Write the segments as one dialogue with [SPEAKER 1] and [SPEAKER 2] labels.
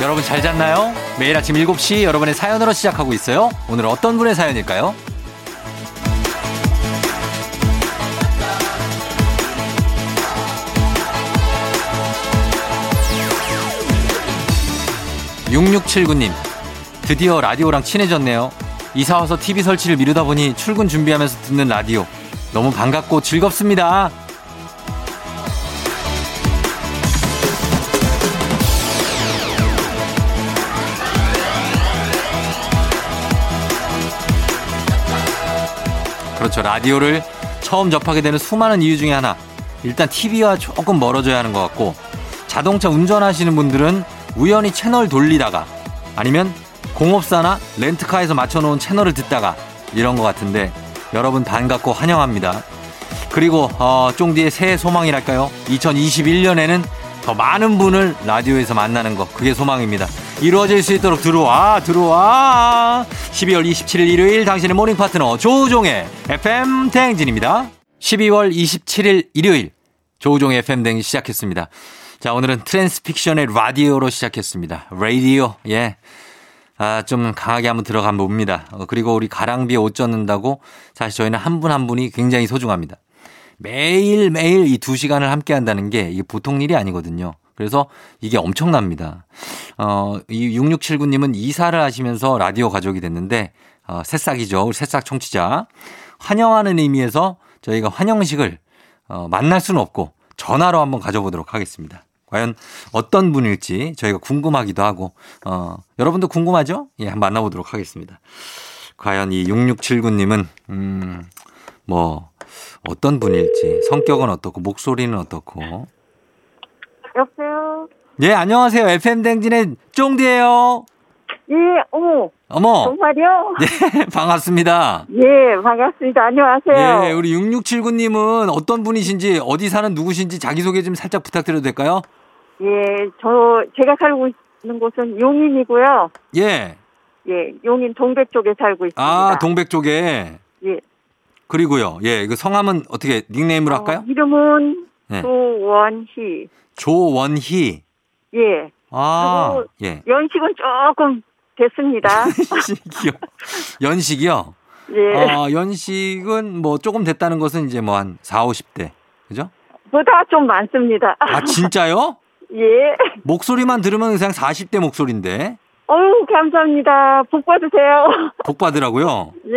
[SPEAKER 1] 여러분 잘 잤나요? 매일 아침 7시 여러분의 사연으로 시작하고 있어요. 오늘 어떤 분의 사연일까요? 6679님, 드디어 라디오랑 친해졌네요. 이사와서 TV 설치를 미루다 보니 출근 준비하면서 듣는 라디오. 너무 반갑고 즐겁습니다. 그렇죠. 라디오를 처음 접하게 되는 수많은 이유 중에 하나. 일단 TV와 조금 멀어져야 하는 것 같고, 자동차 운전하시는 분들은 우연히 채널 돌리다가, 아니면 공업사나 렌트카에서 맞춰놓은 채널을 듣다가, 이런 것 같은데, 여러분 반갑고 환영합니다. 그리고, 어, 쫑디의 새해 소망이랄까요? 2021년에는 더 많은 분을 라디오에서 만나는 거, 그게 소망입니다. 이루어질 수 있도록 들어와, 들어와. 12월 27일 일요일 당신의 모닝 파트너 조우종의 FM 대행진입니다. 12월 27일 일요일 조우종의 FM 대행진 시작했습니다. 자, 오늘은 트랜스픽션의 라디오로 시작했습니다. 라디오, 예. 아, 좀 강하게 한번 들어가 봅니다. 어, 그리고 우리 가랑비에 옷 젖는다고 사실 저희는 한 분 한 분이 굉장히 소중합니다. 매일매일 이 두 시간을 함께 한다는 게 이게 보통 일이 아니거든요. 그래서 이게 엄청납니다. 어, 이 6679님은 이사를 하시면서 라디오 가족이 됐는데, 어, 새싹이죠. 우리 새싹 청취자. 환영하는 의미에서 저희가 환영식을 어, 만날 수는 없고 전화로 한번 가져보도록 하겠습니다. 과연 어떤 분일지 저희가 궁금하기도 하고, 어, 여러분도 궁금하죠? 예, 한번 만나보도록 하겠습니다. 과연 이 6679님은, 음, 뭐, 어떤 분일지, 성격은 어떻고, 목소리는 어떻고.
[SPEAKER 2] 여보세요?
[SPEAKER 1] 예, 안녕하세요. FM댕진의 쫑디예요
[SPEAKER 2] 예, 어머,
[SPEAKER 1] 어머,
[SPEAKER 2] 정말요?
[SPEAKER 1] 예, 반갑습니다.
[SPEAKER 2] 예, 반갑습니다. 안녕하세요.
[SPEAKER 1] 예, 우리 6679님은 어떤 분이신지, 어디 사는 누구신지 자기소개 좀 살짝 부탁드려도 될까요?
[SPEAKER 2] 예, 저, 제가 살고 있는 곳은 용인이고요.
[SPEAKER 1] 예.
[SPEAKER 2] 예, 용인 동백 쪽에 살고 있습니다.
[SPEAKER 1] 아, 동백 쪽에.
[SPEAKER 2] 예.
[SPEAKER 1] 그리고요. 예, 그 성함은 어떻게 닉네임으로
[SPEAKER 2] 어,
[SPEAKER 1] 할까요?
[SPEAKER 2] 이름은
[SPEAKER 1] 예.
[SPEAKER 2] 조원희.
[SPEAKER 1] 조원희.
[SPEAKER 2] 예,
[SPEAKER 1] 아,
[SPEAKER 2] 그리고-
[SPEAKER 1] 예.
[SPEAKER 2] 연식은 조금 됐습니다.
[SPEAKER 1] 연식이요. 연식이요.
[SPEAKER 2] 예,
[SPEAKER 1] 어, 연식은 뭐 조금 됐다는 것은 이제 뭐 한 4, 50대. 그죠?
[SPEAKER 2] 보다 좀 많습니다.
[SPEAKER 1] 아, 진짜요?
[SPEAKER 2] 예,
[SPEAKER 1] 목소리만 들으면 그냥 40대 목소리인데.
[SPEAKER 2] 어우, 감사합니다. 복 받으세요.
[SPEAKER 1] 복 받으라고요?
[SPEAKER 2] 예,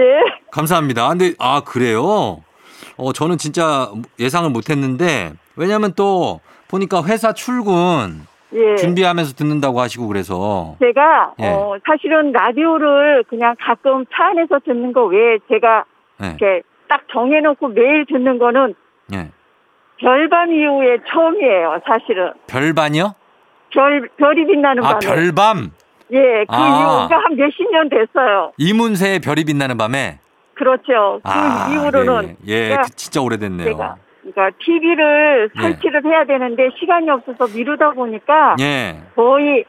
[SPEAKER 1] 감사합니다. 근데, 아, 그래요? 어, 저는 진짜 예상을 못 했는데, 왜냐면 또, 보니까 회사 출근
[SPEAKER 2] 예.
[SPEAKER 1] 준비하면서 듣는다고 하시고 그래서.
[SPEAKER 2] 제가
[SPEAKER 1] 예.
[SPEAKER 2] 어, 사실은 라디오를 그냥 가끔 차 안에서 듣는 거 외에 제가
[SPEAKER 1] 예.
[SPEAKER 2] 이렇게 딱 정해놓고 매일 듣는 거는
[SPEAKER 1] 예.
[SPEAKER 2] 별밤 이후에 처음이에요, 사실은.
[SPEAKER 1] 별밤이요?
[SPEAKER 2] 별, 별이 빛나는 밤에.
[SPEAKER 1] 아, 별밤!
[SPEAKER 2] 예, 그
[SPEAKER 1] 아.
[SPEAKER 2] 이후가 한 몇십 년 됐어요.
[SPEAKER 1] 이문세의 별이 빛나는 밤에.
[SPEAKER 2] 그렇죠. 그
[SPEAKER 1] 아,
[SPEAKER 2] 이후로는.
[SPEAKER 1] 예, 예. 예,
[SPEAKER 2] 제가-
[SPEAKER 1] 그 진짜 오래됐네요.
[SPEAKER 2] 제가, 그러니까 TV를
[SPEAKER 1] 예.
[SPEAKER 2] 설치를 해야 되는데 시간이 없어서 미루다 보니까
[SPEAKER 1] 예,
[SPEAKER 2] 거의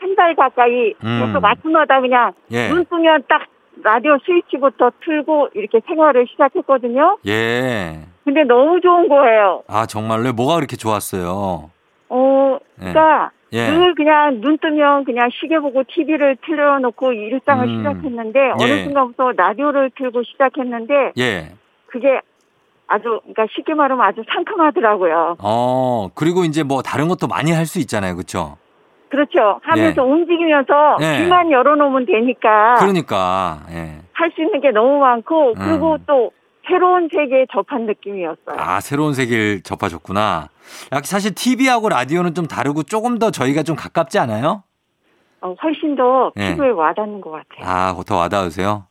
[SPEAKER 2] 한 달 가까이
[SPEAKER 1] 음.
[SPEAKER 2] 계속 아침마다 그냥
[SPEAKER 1] 예,
[SPEAKER 2] 눈 뜨면 딱 라디오 스위치부터 틀고 이렇게 생활을 시작했거든요.
[SPEAKER 1] 예.
[SPEAKER 2] 근데 너무 좋은 거예요.
[SPEAKER 1] 아, 정말로 뭐가 그렇게 좋았어요?
[SPEAKER 2] 어,
[SPEAKER 1] 예,
[SPEAKER 2] 그러니까
[SPEAKER 1] 예.
[SPEAKER 2] 늘 그냥 눈 뜨면 그냥 시계 보고 TV를 틀어놓고 일상을
[SPEAKER 1] 음.
[SPEAKER 2] 시작했는데
[SPEAKER 1] 예.
[SPEAKER 2] 어느 순간부터 라디오를 틀고 시작했는데
[SPEAKER 1] 예.
[SPEAKER 2] 그게 아주 그러니까 쉽게 말하면 아주 상큼하더라고요.
[SPEAKER 1] 어, 그리고 이제 뭐 다른 것도 많이 할 수 있잖아요. 그렇죠?
[SPEAKER 2] 그렇죠. 하면서 움직이면서
[SPEAKER 1] 예.
[SPEAKER 2] 귀만 열어놓으면 되니까
[SPEAKER 1] 그러니까. 예.
[SPEAKER 2] 할 수 있는 게 너무 많고 그리고
[SPEAKER 1] 음.
[SPEAKER 2] 또 새로운 세계에 접한 느낌이었어요.
[SPEAKER 1] 아, 새로운 세계를 접하셨구나. 약 사실 TV하고 라디오는 좀 다르고 조금 더 저희가 좀 가깝지 않아요?
[SPEAKER 2] 어, 훨씬 더
[SPEAKER 1] 예.
[SPEAKER 2] 피부에 와닿는 것 같아요.
[SPEAKER 1] 아, 더 와닿으세요?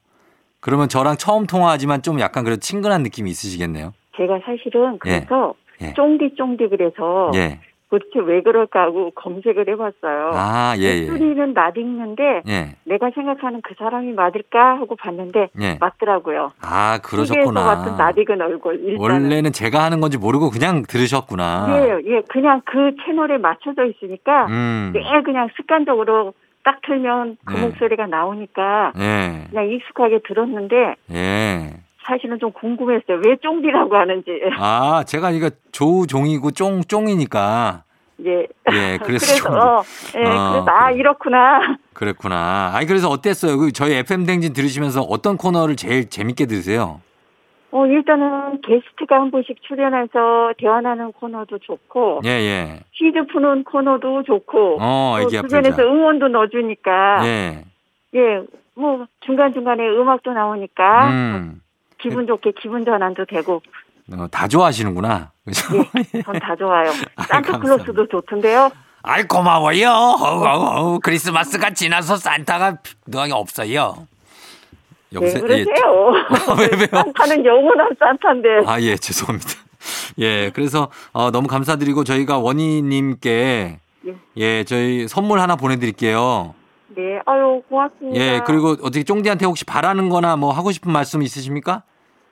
[SPEAKER 1] 그러면 저랑 처음 통화하지만 좀 약간 그래도 친근한 느낌이 있으시겠네요.
[SPEAKER 2] 제가 사실은 그래서
[SPEAKER 1] 예.
[SPEAKER 2] 쫑디쫑디 그래서
[SPEAKER 1] 예.
[SPEAKER 2] 도대체 왜 그럴까 하고 검색을 어, 해봤어요.
[SPEAKER 1] 아, 예, 예.
[SPEAKER 2] 목소리는 낯익는데
[SPEAKER 1] 예.
[SPEAKER 2] 내가 생각하는 그 사람이 맞을까 하고 봤는데
[SPEAKER 1] 예.
[SPEAKER 2] 맞더라고요.
[SPEAKER 1] 아,
[SPEAKER 2] TV에서 봤던
[SPEAKER 1] 그러셨구나.
[SPEAKER 2] 낯익은 얼굴 일단은.
[SPEAKER 1] 원래는 제가 하는 건지 모르고 그냥 들으셨구나.
[SPEAKER 2] 예, 예, 그냥 그 채널에 맞춰져 있으니까
[SPEAKER 1] 음.
[SPEAKER 2] 매일 그냥 습관적으로 딱 틀면 그
[SPEAKER 1] 예.
[SPEAKER 2] 목소리가 나오니까
[SPEAKER 1] 예.
[SPEAKER 2] 그냥 익숙하게 들었는데
[SPEAKER 1] 예. 사실은
[SPEAKER 2] 좀 궁금했어요. 왜 쫑디라고 하는지.
[SPEAKER 1] 아, 제가 이거 조종이고 쫑 쫑이니까
[SPEAKER 2] 예.
[SPEAKER 1] 예, 그래서 좀
[SPEAKER 2] 어, 예,
[SPEAKER 1] 아,
[SPEAKER 2] 그래서 아
[SPEAKER 1] 그래.
[SPEAKER 2] 이렇구나.
[SPEAKER 1] 그랬구나. 아니 그래서 어땠어요? 그 저희 FM 댕진 들으시면서 어떤 코너를 제일 재밌게 들으세요?
[SPEAKER 2] 어 일단은 게스트가 한 분씩 출연해서 대화하는 코너도 좋고
[SPEAKER 1] 예, 예.
[SPEAKER 2] 퀴즈 푸는 코너도 좋고
[SPEAKER 1] 어,
[SPEAKER 2] 또
[SPEAKER 1] 애기
[SPEAKER 2] 주변에서
[SPEAKER 1] 아플자.
[SPEAKER 2] 응원도 넣어주니까
[SPEAKER 1] 예.
[SPEAKER 2] 예, 뭐 중간 중간에 음악도 나오니까
[SPEAKER 1] 음.
[SPEAKER 2] 기분 좋게 기분 전환도 되고
[SPEAKER 1] 어, 다 좋아하시는구나. 그죠?
[SPEAKER 2] 예.
[SPEAKER 1] 예.
[SPEAKER 2] 전 다 좋아요.
[SPEAKER 1] 감사합니다.
[SPEAKER 2] 산타클로스도 좋던데요.
[SPEAKER 1] 아이 고마워요. 어우, 어우, 어우, 크리스마스가 지나서 산타가 너이 없어요.
[SPEAKER 2] 네,
[SPEAKER 1] 여보세요. 예.
[SPEAKER 2] 그러세요.
[SPEAKER 1] 왜, 왜요?
[SPEAKER 2] 산타는 영원한 산타인데.
[SPEAKER 1] 아, 예, 죄송합니다. 예, 그래서 어, 너무 감사드리고 저희가 원희님께
[SPEAKER 2] 예.
[SPEAKER 1] 예, 저희 선물 하나 보내드릴게요.
[SPEAKER 2] 네, 아유 고맙습니다.
[SPEAKER 1] 예, 그리고 어떻게 쫑디한테 혹시 바라는 거나 뭐 하고 싶은 말씀 있으십니까?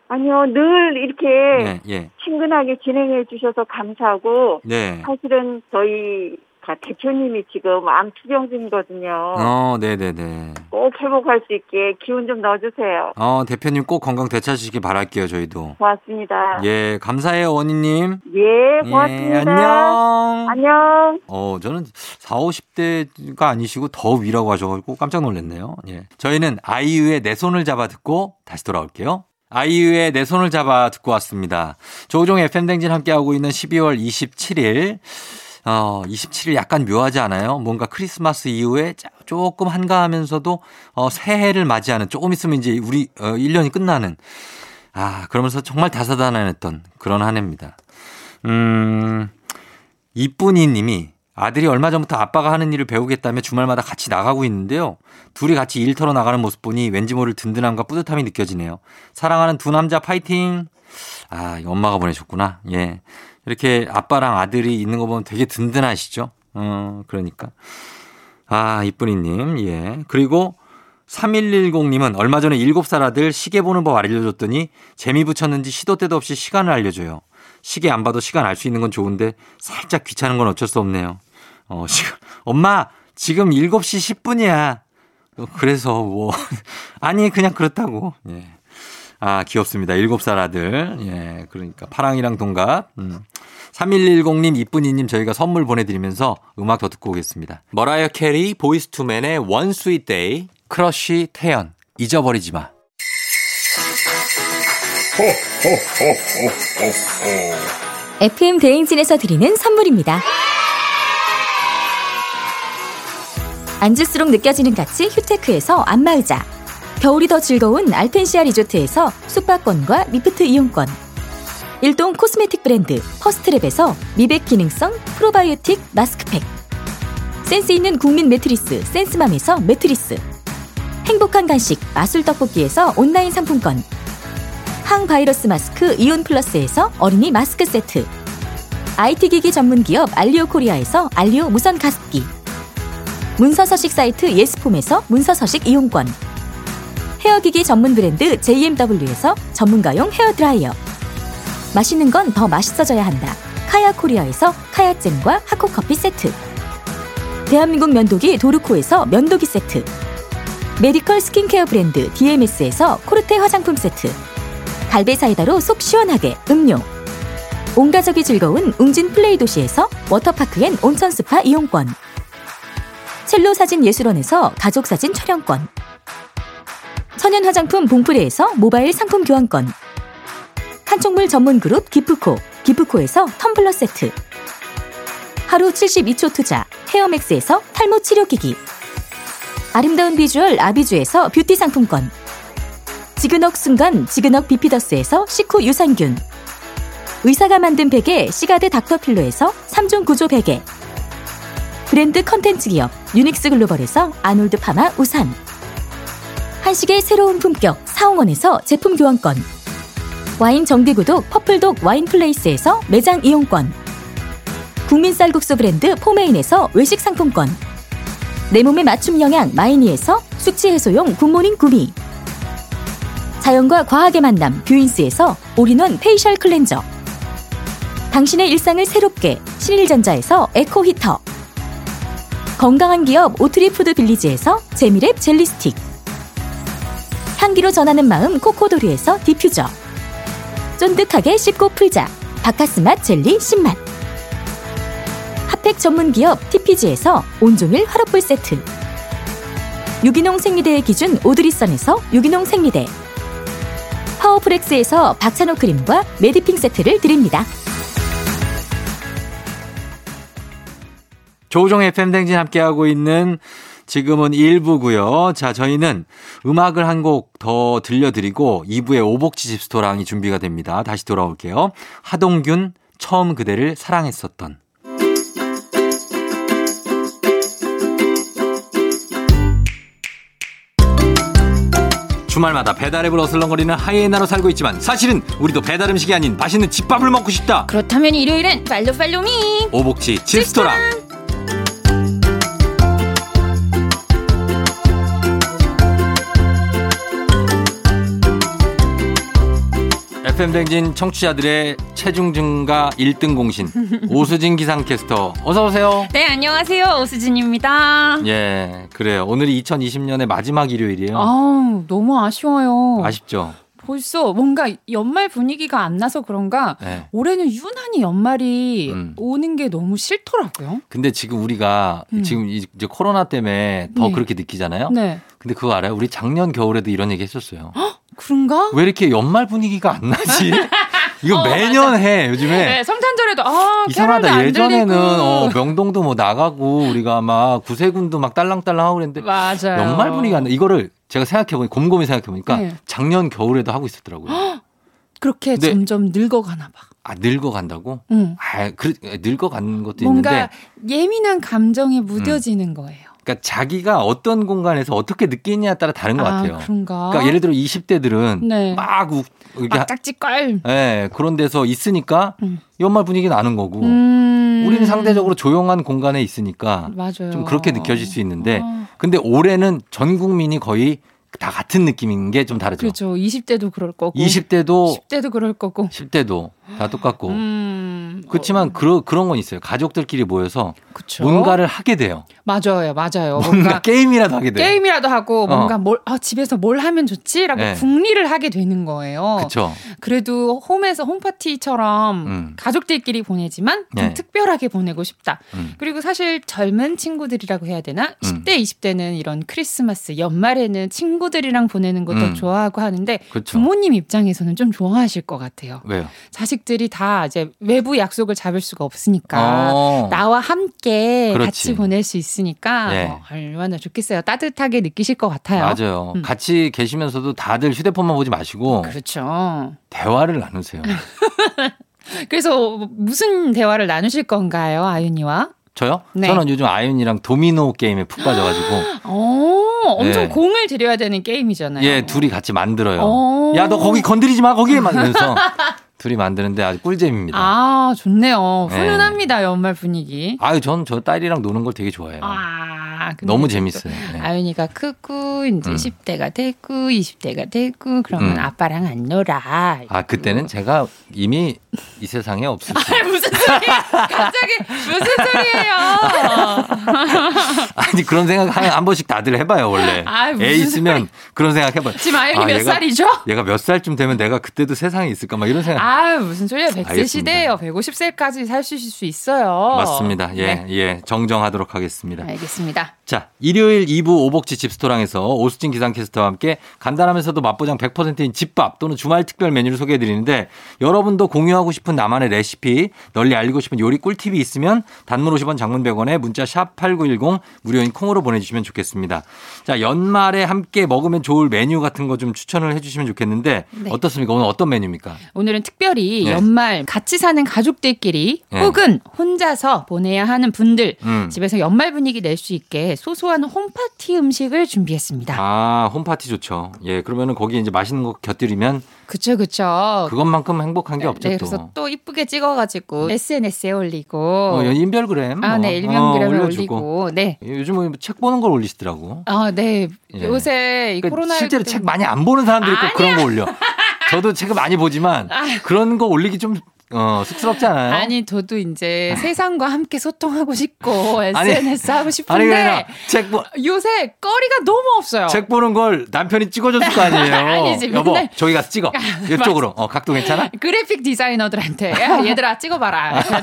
[SPEAKER 2] 아니요, 늘 이렇게
[SPEAKER 1] 예, 예.
[SPEAKER 2] 친근하게 진행해 주셔서 감사하고
[SPEAKER 1] 네.
[SPEAKER 2] 사실은 저희 가 대표님이 지금 암 투병 중이거든요.
[SPEAKER 1] 어, 네네네.
[SPEAKER 2] 꼭 회복할 수 있게 기운 좀 넣어주세요.
[SPEAKER 1] 어, 대표님 꼭 건강 되찾으시길 바랄게요, 저희도.
[SPEAKER 2] 고맙습니다.
[SPEAKER 1] 예, 감사해요, 원희님.
[SPEAKER 2] 예,
[SPEAKER 1] 예,
[SPEAKER 2] 아. 고맙습니다.
[SPEAKER 1] 안녕.
[SPEAKER 2] 안녕.
[SPEAKER 1] 어, 저는 40, 50대가 아니시고 더 위라고 하셔가지고 깜짝 놀랐네요. 예. 저희는 아이유의 내 손을 잡아 듣고 다시 돌아올게요. 아이유의 내 손을 잡아 듣고 왔습니다. 조종 FM댕진 함께하고 있는 12월 27일. 어, 27일 약간 묘하지 않아요? 뭔가 크리스마스 이후에 짜- 조금 한가하면서도 어, 새해를 맞이하는 조금 있으면 이제 우리 어, 1년이 끝나는 아, 그러면서 정말 다사다난했던 그런 한 해입니다. 음, 이쁜이 님이 아들이 얼마 전부터 아빠가 하는 일을 배우겠다며 주말마다 같이 나가고 있는데요. 둘이 같이 일터로 나가는 모습 보니 왠지 모를 든든함과 뿌듯함이 느껴지네요. 사랑하는 두 남자 파이팅! 아, 이거 엄마가 보내셨구나. 예. 이렇게 아빠랑 아들이 있는 거 보면 되게 든든하시죠? 어, 그러니까. 아, 이쁜이님, 예. 그리고 3110님은 얼마 전에 7살 아들 시계 보는 법 알려줬더니 재미 붙였는지 시도 때도 없이 시간을 알려줘요. 시계 안 봐도 시간 알 수 있는 건 좋은데 살짝 귀찮은 건 어쩔 수 없네요. 어, 지금, 엄마, 지금 7시 10분이야. 그래서 뭐, 아니, 그냥 그렇다고. 예. 아, 귀엽습니다. 7살 아들. 예, 그러니까 파랑이랑 동갑. 음. 3110님, 이쁜이님 저희가 선물 보내드리면서 음악 더 듣고 오겠습니다. 머라이어 캐리, 보이스투맨의 원 스윗 데이, 크러쉬, 태연, 잊어버리지 마.
[SPEAKER 3] FM 대행진에서 드리는 선물입니다. 앉을수록 느껴지는 가치 휴테크에서 안마의자 겨울이 더 즐거운 알펜시아 리조트에서 숙박권과 리프트 이용권 일동 코스메틱 브랜드 퍼스트랩에서 미백 기능성 프로바이오틱 마스크팩 센스 있는 국민 매트리스 센스맘에서 매트리스 행복한 간식 마술 떡볶이에서 온라인 상품권 항바이러스 마스크 이온 플러스에서 어린이 마스크 세트. IT 기기 전문 기업 알리오 코리아에서 알리오 무선 가습기. 문서 서식 사이트 예스폼에서 문서 서식 이용권. 헤어 기기 전문 브랜드 JMW에서 전문가용 헤어 드라이어. 맛있는 건 더 맛있어져야 한다. 카야 코리아에서 카야잼과 하코 커피 세트. 대한민국 면도기 도르코에서 면도기 세트. 메디컬 스킨케어 브랜드 DMS에서 코르테 화장품 세트. 갈배 사이다로 속 시원하게 음료. 온 가족이 즐거운 웅진 플레이 도시에서 워터파크 엔 온천 스파 이용권. 첼로 사진 예술원에서 가족 사진 촬영권. 천연 화장품 봉프레에서 모바일 상품 교환권. 한총물 전문 그룹 기프코, 기프코에서 텀블러 세트. 하루 72초 투자 헤어맥스에서 탈모 치료기기. 아름다운 비주얼 아비주에서 뷰티 상품권. 지그넉 순간 지그넉 비피더스에서 식후 유산균 의사가 만든 베개 시가드 닥터필로에서 3중 구조 베개 브랜드 컨텐츠 기업 유닉스 글로벌에서 아놀드 파마 우산 한식의 새로운 품격 사홍원에서 제품 교환권 와인 정기구독 퍼플독 와인플레이스에서 매장 이용권 국민 쌀국수 브랜드 포메인에서 외식 상품권 내 몸에 맞춤 영양 마이니에서 숙취 해소용 굿모닝 구미 자연과 과학의 만남 뷰인스에서 올인원 페이셜 클렌저 당신의 일상을 새롭게 신일전자에서 에코 히터 건강한 기업 오트리푸드 빌리지에서 재미랩 젤리 스틱 향기로 전하는 마음 코코도리에서 디퓨저 쫀득하게 씹고 풀자 바카스맛 젤리 신맛 핫팩 전문 기업 TPG에서 온종일 화롯불 세트. 유기농 생리대의 기준 오드리선에서 유기농 생리대. 파워프렉스에서 박찬호 크림과 메디핑 세트를 드립니다.
[SPEAKER 1] 조종 FM 댕진 함께하고 있는 지금은 1부고요. 자, 저희는 음악을 한 곡 더 들려드리고 2부의 오복지 집스토랑이 준비가 됩니다. 다시 돌아올게요. 하동균 처음 그대를 사랑했었던 주말마다 배달앱을 어슬렁거리는 하이에나로 살고 있지만 사실은 우리도 배달 음식이 아닌 맛있는 집밥을 먹고 싶다.
[SPEAKER 4] 그렇다면 일요일엔 팔로 팔로미
[SPEAKER 1] 오복지 집스토랑. FM 댕진 청취자들의 체중 증가 1등 공신 오수진 기상캐스터 어서 오세요.
[SPEAKER 4] 네 안녕하세요 오수진입니다
[SPEAKER 1] 예, 그래요. 오늘이 2020년의 마지막 일요일이에요.
[SPEAKER 4] 아우 너무 아쉬워요
[SPEAKER 1] 아쉽죠.
[SPEAKER 4] 벌써 뭔가 연말 분위기가 안 나서 그런가
[SPEAKER 1] 예.
[SPEAKER 4] 올해는 유난히 연말이
[SPEAKER 1] 음.
[SPEAKER 4] 오는 게 너무 싫더라고요
[SPEAKER 1] 근데 지금 우리가
[SPEAKER 4] 음.
[SPEAKER 1] 지금 이- 이제 코로나 때문에 더
[SPEAKER 4] 네.
[SPEAKER 1] 그렇게 느끼잖아요.
[SPEAKER 4] 네 아.
[SPEAKER 1] 근데 그거 알아요? 우리 작년 겨울에도 이런 얘기 했었어요.
[SPEAKER 4] 그런가?
[SPEAKER 1] 왜 이렇게 연말 분위기가 안 나지? 이거
[SPEAKER 4] 어,
[SPEAKER 1] 매년 해 요즘에.
[SPEAKER 4] 네 성탄절에도 아 캐럴도
[SPEAKER 1] 이상하다.
[SPEAKER 4] 안
[SPEAKER 1] 예전에는
[SPEAKER 4] 들리고
[SPEAKER 1] 어, 명동도 뭐 나가고 우리가 막 구세군도 막 딸랑딸랑 하고 그랬는데
[SPEAKER 4] 맞아요
[SPEAKER 1] 연말 분위기가 안 나. 이거를 제가 생각해보니 곰곰이 생각해보니까
[SPEAKER 4] 네.
[SPEAKER 1] 작년 겨울에도 하고 있었더라고요.
[SPEAKER 4] 그렇게
[SPEAKER 1] 네.
[SPEAKER 4] 점점 늙어가나 봐
[SPEAKER 1] 아 늙어간다고?
[SPEAKER 4] 응.
[SPEAKER 1] 아, 그, 늙어가는 것도
[SPEAKER 4] 뭔가
[SPEAKER 1] 있는데,
[SPEAKER 4] 예민한 감정에 무뎌지는 거예요
[SPEAKER 1] 그러니까 자기가 어떤 공간에서 어떻게 느끼느냐에 따라 다른 것 같아요.
[SPEAKER 4] 아 그런가?
[SPEAKER 1] 그러니까 예를 들어 20대들은
[SPEAKER 4] 네.
[SPEAKER 1] 막 우, 이렇게
[SPEAKER 4] 막 짝짓걸
[SPEAKER 1] 하- 예, 그런 데서 있으니까
[SPEAKER 4] 음.
[SPEAKER 1] 연말 분위기 나는 거고,
[SPEAKER 4] 음.
[SPEAKER 1] 뭐, 우리는 상대적으로 조용한 공간에 있으니까
[SPEAKER 4] 맞아요.
[SPEAKER 1] 좀 그렇게 느껴질 수 있는데,
[SPEAKER 4] 아,
[SPEAKER 1] 근데 올해는 전 국민이 거의 다 같은 느낌인 게 좀 다르죠.
[SPEAKER 4] 그렇죠. 20대도 그럴 거고
[SPEAKER 1] 20대도
[SPEAKER 4] 10대도 그럴 거고.
[SPEAKER 1] 10대도 다 똑같고.
[SPEAKER 4] 음.
[SPEAKER 1] 그렇지만 그러, 그런 건 있어요. 가족들끼리 모여서
[SPEAKER 4] 어, 그쵸?
[SPEAKER 1] 뭔가를 하게 돼요.
[SPEAKER 4] 맞아요. 맞아요.
[SPEAKER 1] 뭔가,
[SPEAKER 4] 뭔가
[SPEAKER 1] 게임이라도 하게 돼요.
[SPEAKER 4] 게임이라도 하고
[SPEAKER 1] 어.
[SPEAKER 4] 뭔가 뭘 아, 집에서 뭘 하면 좋지라고
[SPEAKER 1] 네.
[SPEAKER 4] 궁리를 하게 되는 거예요.
[SPEAKER 1] 그렇죠.
[SPEAKER 4] 래도 홈에서 홈파티처럼
[SPEAKER 1] 음.
[SPEAKER 4] 가족들끼리 보내지만 좀
[SPEAKER 1] 네.
[SPEAKER 4] 특별하게 보내고 싶다.
[SPEAKER 1] 음.
[SPEAKER 4] 그리고 사실 젊은 친구들이라고 해야 되나? 10대, 20대는 이런 크리스마스 연말에는 친구들이랑 보내는 것도
[SPEAKER 1] 음.
[SPEAKER 4] 좋아하고 하는데
[SPEAKER 1] 그렇죠.
[SPEAKER 4] 부모님 입장에서는 좀 좋아하실 것 같아요.
[SPEAKER 1] 왜요?
[SPEAKER 4] 자식들이 다 이제 외부 약속을 잡을 수가 없으니까
[SPEAKER 1] 어.
[SPEAKER 4] 그러니까 나와 함께
[SPEAKER 1] 그렇지.
[SPEAKER 4] 같이 보낼 수 있으니까
[SPEAKER 1] 네.
[SPEAKER 4] 어, 얼마나 좋겠어요. 따뜻하게 느끼실 것 같아요.
[SPEAKER 1] 맞아요.
[SPEAKER 4] 음.
[SPEAKER 1] 같이 계시면서도 다들 휴대폰만 보지 마시고
[SPEAKER 4] 그렇죠.
[SPEAKER 1] 대화를 나누세요.
[SPEAKER 4] 그래서 무슨 대화를 나누실 건가요, 아윤이와?
[SPEAKER 1] 저요?
[SPEAKER 4] 네.
[SPEAKER 1] 저는 요즘 아윤이랑 도미노 게임에 푹 빠져가지고
[SPEAKER 4] 어, 엄청
[SPEAKER 1] 네.
[SPEAKER 4] 공을 들여야 되는 게임이잖아요.
[SPEAKER 1] 예 둘이 같이 만들어요.
[SPEAKER 4] 네. 어.
[SPEAKER 1] 야 너 거기 건드리지 마 거기 만들면서 둘이 만드는데 아주 꿀잼입니다.
[SPEAKER 4] 아, 좋네요.
[SPEAKER 1] 네.
[SPEAKER 4] 훈훈합니다, 연말 분위기.
[SPEAKER 1] 아유, 저는 저 딸이랑 노는 걸 되게 좋아해요.
[SPEAKER 4] 아, 근데
[SPEAKER 1] 너무
[SPEAKER 4] 또
[SPEAKER 1] 재밌어요. 네.
[SPEAKER 4] 아윤이가 크고 이제
[SPEAKER 1] 음.
[SPEAKER 4] 10대가 됐고 20대가 됐고 그러면
[SPEAKER 1] 음.
[SPEAKER 4] 아빠랑 안 놀아.
[SPEAKER 1] 아, 그때는 제가 이미 이 세상에 없을 때.
[SPEAKER 4] 무슨 소리? 갑자기 무슨 소리예요?
[SPEAKER 1] 아니, 그런 생각 한, 한 번씩 다들 해봐요, 원래.
[SPEAKER 4] 아이, 무슨
[SPEAKER 1] 애 있으면 그런 생각 해봐요.
[SPEAKER 4] 지금 아윤이
[SPEAKER 1] 아,
[SPEAKER 4] 몇
[SPEAKER 1] 얘가-
[SPEAKER 4] 살이죠?
[SPEAKER 1] 얘가 몇 살쯤 되면 내가 그때도 세상에 있을까? 막 이런 생각.
[SPEAKER 4] 아 무슨 소리야? 100세
[SPEAKER 1] 알겠습니다.
[SPEAKER 4] 시대예요. 150세까지 살 수 있어요.
[SPEAKER 1] 맞습니다. 예,
[SPEAKER 4] 네,
[SPEAKER 1] 예. 정정하도록 하겠습니다.
[SPEAKER 4] 알겠습니다.
[SPEAKER 1] 자, 일요일 2부 오복지 집스토랑에서 오수진 기상캐스터와 함께 간단하면서도 맛보장 100%인 집밥 또는 주말 특별 메뉴를 소개해 드리는데 여러분도 공유하고 싶은 나만의 레시피, 널리 알리고 싶은 요리 꿀팁이 있으면 단문 50원 장문 100원에 문자 샵 8910 무료인 콩으로 보내주시면 좋겠습니다. 자, 연말에 함께 먹으면 좋을 메뉴 같은 거 좀 추천을 해 주시면 좋겠는데
[SPEAKER 4] 네.
[SPEAKER 1] 어떻습니까? 오늘 어떤 메뉴입니까?
[SPEAKER 4] 오늘은 특별히
[SPEAKER 1] 네.
[SPEAKER 4] 연말 같이 사는 가족들끼리
[SPEAKER 1] 네.
[SPEAKER 4] 혹은 혼자서 보내야 하는 분들
[SPEAKER 1] 음.
[SPEAKER 4] 집에서 연말 분위기 낼 수 있게 소소한 홈파티 음식을 준비했습니다.
[SPEAKER 1] 아, 홈파티 좋죠. 예, 그러면은 거기 이제 맛있는 거 곁들이면
[SPEAKER 4] 그쵸 그쵸.
[SPEAKER 1] 그것만큼 행복한 게 없죠
[SPEAKER 4] 어. 네,
[SPEAKER 1] 또.
[SPEAKER 4] 그래서 또 음. 이쁘게 찍어가지고 SNS에 올리고
[SPEAKER 1] 어, 인별그램.
[SPEAKER 4] 아,
[SPEAKER 1] 뭐.
[SPEAKER 4] 네,
[SPEAKER 1] 어,
[SPEAKER 4] 일명그램을
[SPEAKER 1] 올려주고.
[SPEAKER 4] 올리고, 네.
[SPEAKER 1] 요즘은 뭐 책 보는 걸 올리시더라고.
[SPEAKER 4] 아, 네.
[SPEAKER 1] 예.
[SPEAKER 4] 요새 이
[SPEAKER 1] 그러니까
[SPEAKER 4] 코로나
[SPEAKER 1] 실제로 책 많이 안 보는 사람들이 꼭
[SPEAKER 4] 아니야. 아.
[SPEAKER 1] 그런 거 올려. 저도 책을 많이 보지만 그런 거 올리기 좀 어, 쑥스럽지 않아요?
[SPEAKER 4] 아니 저도 이제 세상과 함께 소통하고 싶고
[SPEAKER 1] 아니,
[SPEAKER 4] SNS 하고 싶은데
[SPEAKER 1] 아니, 그냥 책, 보,
[SPEAKER 4] 요새 거리가 너무 없어요.
[SPEAKER 1] 책 보는 걸 남편이 찍어줬을 거 아니에요?
[SPEAKER 4] 아니지,
[SPEAKER 1] 여보,
[SPEAKER 4] 맨날-
[SPEAKER 1] 저기 가서 찍어. 이쪽으로. 어, 각도 괜찮아?
[SPEAKER 4] 그래픽 디자이너들한테 야, 얘들아 찍어봐라. 그래서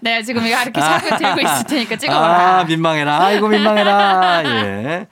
[SPEAKER 4] 내가 지금 이거 이렇게 샵에 들고 있을 테니까 찍어봐라.
[SPEAKER 1] 아, 민망해라. 아이고, 민망해라. 예.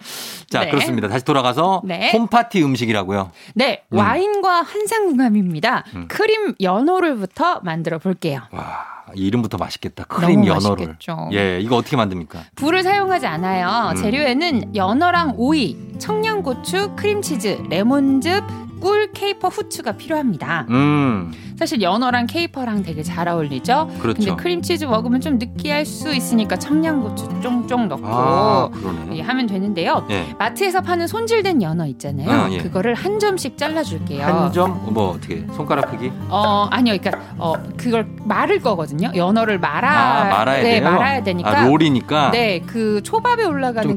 [SPEAKER 1] 자,
[SPEAKER 4] 네.
[SPEAKER 1] 그렇습니다. 다시 돌아가서
[SPEAKER 4] 네.
[SPEAKER 1] 홈파티 음식이라고요.
[SPEAKER 4] 네
[SPEAKER 1] 음.
[SPEAKER 4] 와인과 한상궁합입니다. 크림 연어를부터 만들어 볼게요.
[SPEAKER 1] 와, 이 이름부터 맛있겠다. 크림
[SPEAKER 4] 너무
[SPEAKER 1] 연어를.
[SPEAKER 4] 맛있겠죠.
[SPEAKER 1] 예, 이거 어떻게 만듭니까?
[SPEAKER 4] 불을 사용하지 않아요.
[SPEAKER 1] 음.
[SPEAKER 4] 재료에는 연어랑 오이, 청양고추, 크림치즈, 레몬즙, 꿀, 케이퍼, 후추가 필요합니다.
[SPEAKER 1] 음,
[SPEAKER 4] 사실 연어랑 케이퍼랑 되게 잘 어울리죠.
[SPEAKER 1] 그렇죠.
[SPEAKER 4] 근데 크림치즈 먹으면 좀 느끼할 수 있으니까 청양고추 쫑쫑 넣고
[SPEAKER 1] 아,
[SPEAKER 4] 예,
[SPEAKER 1] 그러네.
[SPEAKER 4] 하면 되는데요.
[SPEAKER 1] 예.
[SPEAKER 4] 마트에서 파는 손질된 연어 있잖아요.
[SPEAKER 1] 어, 예.
[SPEAKER 4] 그거를 한 점씩 잘라줄게요.
[SPEAKER 1] 한 점? 뭐, 어떻게, 손가락 크기?
[SPEAKER 4] 어 아니요, 그러니까 어 그걸 말을 거거든요. 연어를 말아
[SPEAKER 1] 아, 말아야
[SPEAKER 4] 네,
[SPEAKER 1] 돼요?
[SPEAKER 4] 말아야 되니까
[SPEAKER 1] 아, 롤이니까.
[SPEAKER 4] 네, 그 초밥에 올라가는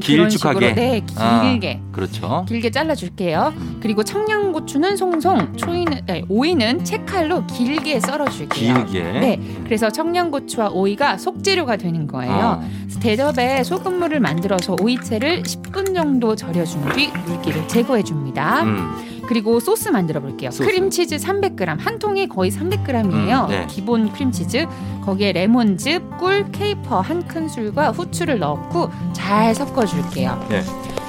[SPEAKER 1] 좀
[SPEAKER 4] 그런
[SPEAKER 1] 길쭉하게?
[SPEAKER 4] 식으로 네,
[SPEAKER 1] 아. 음.
[SPEAKER 4] 길게
[SPEAKER 1] 그렇죠.
[SPEAKER 4] 길게 잘라줄게요. 그리고 청양고추는 송송, 초이는 아니, 오이는 채칼로 길게 썰어줄게요.
[SPEAKER 1] 길게.
[SPEAKER 4] 네, 그래서 청양고추와 오이가 속재료가 되는 거예요.
[SPEAKER 1] 어.
[SPEAKER 4] 대접에 소금물을 만들어서 오이채를 10분 정도 절여준 뒤 물기를 제거해줍니다.
[SPEAKER 1] 음,
[SPEAKER 4] 그리고 소스 만들어 볼게요.
[SPEAKER 1] 소스.
[SPEAKER 4] 크림치즈 300g, 한 통이 거의 300g이에요.
[SPEAKER 1] 음, 네.
[SPEAKER 4] 기본 크림치즈, 거기에 레몬즙, 꿀, 케이퍼 한 큰술과 후추를 넣고 잘 섞어줄게요.
[SPEAKER 1] 네.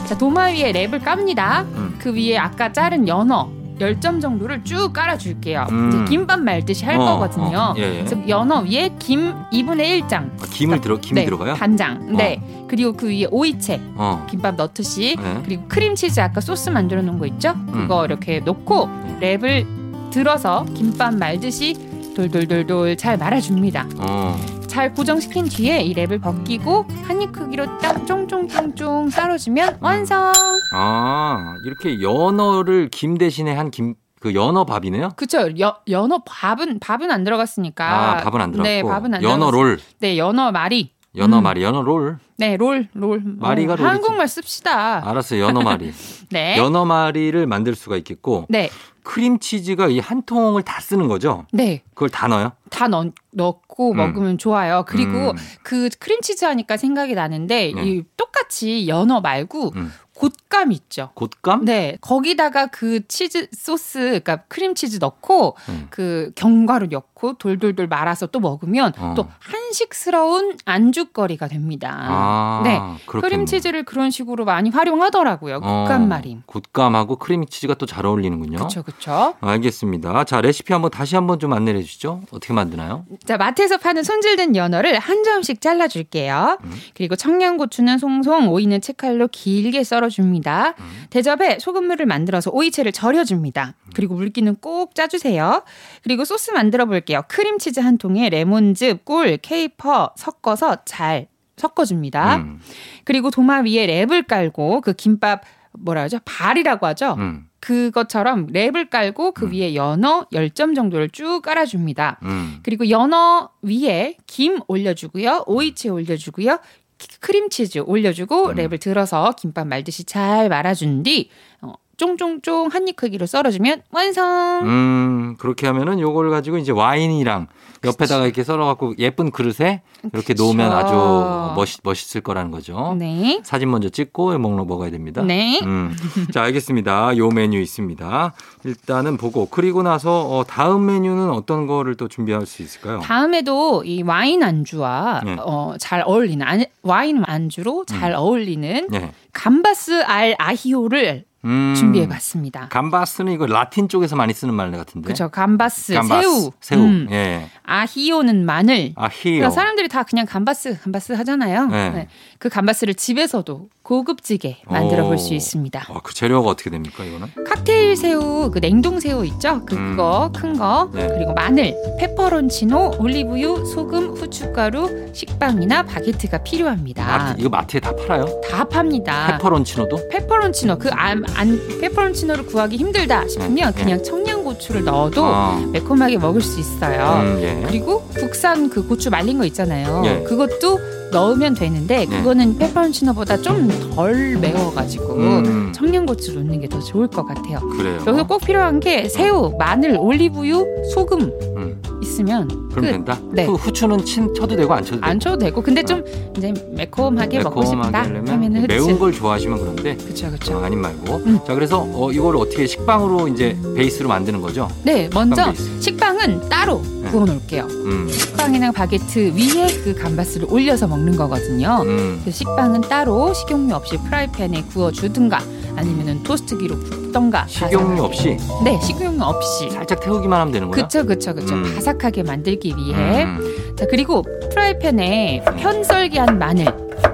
[SPEAKER 4] 자, 도마 위에 랩을 깝니다.
[SPEAKER 1] 음.
[SPEAKER 4] 그 위에 아까 자른 연어 10점 정도를 쭉 깔아줄게요.
[SPEAKER 1] 음.
[SPEAKER 4] 이제 김밥 말듯이 할
[SPEAKER 1] 어,
[SPEAKER 4] 거거든요.
[SPEAKER 1] 어, 예, 예.
[SPEAKER 4] 그래서 연어 위에 김 2분의 1장.
[SPEAKER 1] 아, 김을 들어, 김이
[SPEAKER 4] 네,
[SPEAKER 1] 들어가요?
[SPEAKER 4] 간장.
[SPEAKER 1] 어.
[SPEAKER 4] 네. 그리고 그 위에 오이채
[SPEAKER 1] 어.
[SPEAKER 4] 김밥 넣듯이
[SPEAKER 1] 네.
[SPEAKER 4] 그리고 크림치즈 아까 소스 만들어 놓은 거 있죠?
[SPEAKER 1] 음.
[SPEAKER 4] 그거 이렇게 놓고 랩을 들어서 김밥 말듯이 돌돌돌돌 잘 말아줍니다.
[SPEAKER 1] 어.
[SPEAKER 4] 잘 고정시킨 뒤에 이 랩을 벗기고 한 입 크기로 딱 쫑쫑쫑쫑 썰어주면 완성.
[SPEAKER 1] 아, 이렇게 연어를 김 대신에 한 김, 그 연어 밥이네요?
[SPEAKER 4] 그쵸? 여, 연어 밥은 밥은 안 들어갔으니까.
[SPEAKER 1] 아, 밥은 안 들어갔고.
[SPEAKER 4] 네, 밥은 안
[SPEAKER 1] 연어
[SPEAKER 4] 들어갔-
[SPEAKER 1] 롤.
[SPEAKER 4] 네, 연어 말이.
[SPEAKER 1] 연어
[SPEAKER 4] 음.
[SPEAKER 1] 말이, 연어 롤.
[SPEAKER 4] 네, 롤, 롤.
[SPEAKER 1] 마리가
[SPEAKER 4] 어,
[SPEAKER 1] 롤이지.
[SPEAKER 4] 한국말 씁시다.
[SPEAKER 1] 알았어요, 연어 말이.
[SPEAKER 4] 네.
[SPEAKER 1] 연어 말이를 만들 수가 있겠고,
[SPEAKER 4] 네,
[SPEAKER 1] 크림치즈가 이 한 통을 다 쓰는 거죠?
[SPEAKER 4] 네.
[SPEAKER 1] 그걸 다 넣어요?
[SPEAKER 4] 다 넣, 넣고
[SPEAKER 1] 음.
[SPEAKER 4] 먹으면 좋아요. 그리고
[SPEAKER 1] 음.
[SPEAKER 4] 그 크림치즈 하니까 생각이 나는데
[SPEAKER 1] 네.
[SPEAKER 4] 이 똑같이 연어 말고
[SPEAKER 1] 음.
[SPEAKER 4] 곶감 있죠.
[SPEAKER 1] 곶감?
[SPEAKER 4] 네 거기다가 그 치즈 소스 그러니까 크림치즈 넣고
[SPEAKER 1] 음.
[SPEAKER 4] 그 견과류 넣고 돌돌돌 말아서 또 먹으면
[SPEAKER 1] 어.
[SPEAKER 4] 또 한식스러운 안주거리가 됩니다.
[SPEAKER 1] 아,
[SPEAKER 4] 네.
[SPEAKER 1] 그렇겠네.
[SPEAKER 4] 크림치즈를 그런 식으로 많이 활용하더라고요.
[SPEAKER 1] 어,
[SPEAKER 4] 곶감 말임.
[SPEAKER 1] 곶감하고 크림치즈가 또 잘 어울리는군요.
[SPEAKER 4] 그렇죠, 그렇죠.
[SPEAKER 1] 알겠습니다. 자, 레시피 한번 다시 한번 좀 안내해 주시죠. 어떻게 만드나요?
[SPEAKER 4] 자, 마트에서 파는 손질된 연어를 한 점씩 잘라줄게요.
[SPEAKER 1] 음.
[SPEAKER 4] 그리고 청양고추는 송송, 오이는 채칼로 길게 썰어줍니다.
[SPEAKER 1] 음.
[SPEAKER 4] 대접에 소금물을 만들어서 오이채를 절여줍니다. 그리고 물기는 꼭 짜주세요. 그리고 소스 만들어 볼게요. 크림치즈 한 통에 레몬즙, 꿀, 케이퍼 섞어서 잘 섞어줍니다.
[SPEAKER 1] 음,
[SPEAKER 4] 그리고 도마 위에 랩을 깔고 그 김밥 뭐라 하죠? 발이라고 하죠?
[SPEAKER 1] 음,
[SPEAKER 4] 그것처럼 랩을 깔고 그
[SPEAKER 1] 음.
[SPEAKER 4] 위에 연어 10점 정도를 쭉 깔아줍니다.
[SPEAKER 1] 음.
[SPEAKER 4] 그리고 연어 위에 김 올려주고요. 오이채 올려주고요. 키- 크림치즈 올려주고
[SPEAKER 1] 음.
[SPEAKER 4] 랩을 들어서 김밥 말듯이 잘 말아준 뒤 어, 쫑쫑쫑 한 입 크기로 썰어주면 완성.
[SPEAKER 1] 음, 그렇게 하면은 요걸 가지고 이제 와인이랑 옆에다가 이렇게 썰어갖고 예쁜 그릇에 이렇게
[SPEAKER 4] 그쵸.
[SPEAKER 1] 놓으면 아주 멋있, 멋있을 거라는 거죠.
[SPEAKER 4] 네.
[SPEAKER 1] 사진 먼저 찍고 먹러 먹어야 됩니다.
[SPEAKER 4] 네.
[SPEAKER 1] 음. 자, 알겠습니다. 요 메뉴 있습니다. 일단은 보고 그리고 나서 어, 다음 메뉴는 어떤 거를 또 준비할 수 있을까요?
[SPEAKER 4] 다음에도 이 와인 안주와
[SPEAKER 1] 네.
[SPEAKER 4] 어, 잘 어울리는 안- 와인 안주로 잘 어울리는
[SPEAKER 1] 네.
[SPEAKER 4] 감바스 알 아히오를
[SPEAKER 1] 음,
[SPEAKER 4] 준비해봤습니다.
[SPEAKER 1] 감바스는 이거 라틴 쪽에서 많이 쓰는 말 같은데.
[SPEAKER 4] 그렇죠. 감바스,
[SPEAKER 1] 감바스,
[SPEAKER 4] 새우,
[SPEAKER 1] 새우.
[SPEAKER 4] 음,
[SPEAKER 1] 예.
[SPEAKER 4] 아히오는 마늘,
[SPEAKER 1] 아, 히요.
[SPEAKER 4] 그러니까 사람들이 다 그냥 감바스 감바스 하잖아요.
[SPEAKER 1] 네.
[SPEAKER 4] 네. 그 감바스를 집에서도 고급지게 만들어 볼 수
[SPEAKER 1] 오.
[SPEAKER 4] 있습니다.
[SPEAKER 1] 어, 그 재료가 어떻게 됩니까, 이거는?
[SPEAKER 4] 칵테일 새우 그 냉동 새우 있죠? 그-
[SPEAKER 1] 음.
[SPEAKER 4] 그거 큰 거.
[SPEAKER 1] 네.
[SPEAKER 4] 그리고 마늘, 페퍼론치노, 올리브유, 소금, 후춧가루, 식빵이나 바게트가 필요합니다.
[SPEAKER 1] 마트, 아, 이거 마트에 다 팔아요?
[SPEAKER 4] 다 팝니다.
[SPEAKER 1] 페퍼론치노도?
[SPEAKER 4] 페퍼론치노 그안 안, 페퍼론치노를 구하기 힘들다 싶으면
[SPEAKER 1] 네.
[SPEAKER 4] 그냥 청양고추를 넣어도
[SPEAKER 1] 아,
[SPEAKER 4] 매콤하게 먹을 수 있어요.
[SPEAKER 1] 음, 예.
[SPEAKER 4] 그리고 국산 그 고추 말린 거 있잖아요.
[SPEAKER 1] 예.
[SPEAKER 4] 그것도 넣으면
[SPEAKER 1] 네.
[SPEAKER 4] 되는데 그거는 페퍼론치노보다 좀 덜 매워가지고
[SPEAKER 1] 음, 어.
[SPEAKER 4] 청양고추 넣는 게 더 좋을 것 같아요.
[SPEAKER 1] 그래요.
[SPEAKER 4] 여기서 꼭 필요한 게 새우, 마늘, 올리브유, 소금
[SPEAKER 1] 음.
[SPEAKER 4] 있으면
[SPEAKER 1] 그럼
[SPEAKER 4] 끝.
[SPEAKER 1] 된다.
[SPEAKER 4] 네.
[SPEAKER 1] 후, 후추는 친 쳐도 되고 안 쳐도 되고.
[SPEAKER 4] 안 쳐도 되고 근데 좀 이제 매콤하게, 먹고 싶다
[SPEAKER 1] 아. 하려면
[SPEAKER 4] 하면은 후추.
[SPEAKER 1] 매운 걸 좋아하시면 그런데
[SPEAKER 4] 그렇죠,
[SPEAKER 1] 저
[SPEAKER 4] 그렇죠.
[SPEAKER 1] 아닌 말고.
[SPEAKER 4] 음.
[SPEAKER 1] 자 그래서 어, 이걸 어떻게 식빵으로 이제 베이스로 만드는 거죠.
[SPEAKER 4] 네,
[SPEAKER 1] 식빵
[SPEAKER 4] 먼저
[SPEAKER 1] 베이스.
[SPEAKER 4] 식빵은 따로
[SPEAKER 1] 네.
[SPEAKER 4] 구워 놓을게요.
[SPEAKER 1] 음.
[SPEAKER 4] 식빵이나 바게트 위에 그 감바스를 올려서 먹는 거거든요.
[SPEAKER 1] 음.
[SPEAKER 4] 그 식빵은 따로 식용유 없이 프라이팬에 구워 주든가 아니면은 토스트기로 굽던가.
[SPEAKER 1] 식용유 없이
[SPEAKER 4] 바삭- 네, 식용유 없이.
[SPEAKER 1] 살짝 태우기만 하면 되는 거야.
[SPEAKER 4] 그쵸, 예. 그쵸, 그쵸.
[SPEAKER 1] 음.
[SPEAKER 4] 바삭하게 만들기 위해
[SPEAKER 1] 음.
[SPEAKER 4] 자 그리고 프라이팬에 편썰기한 마늘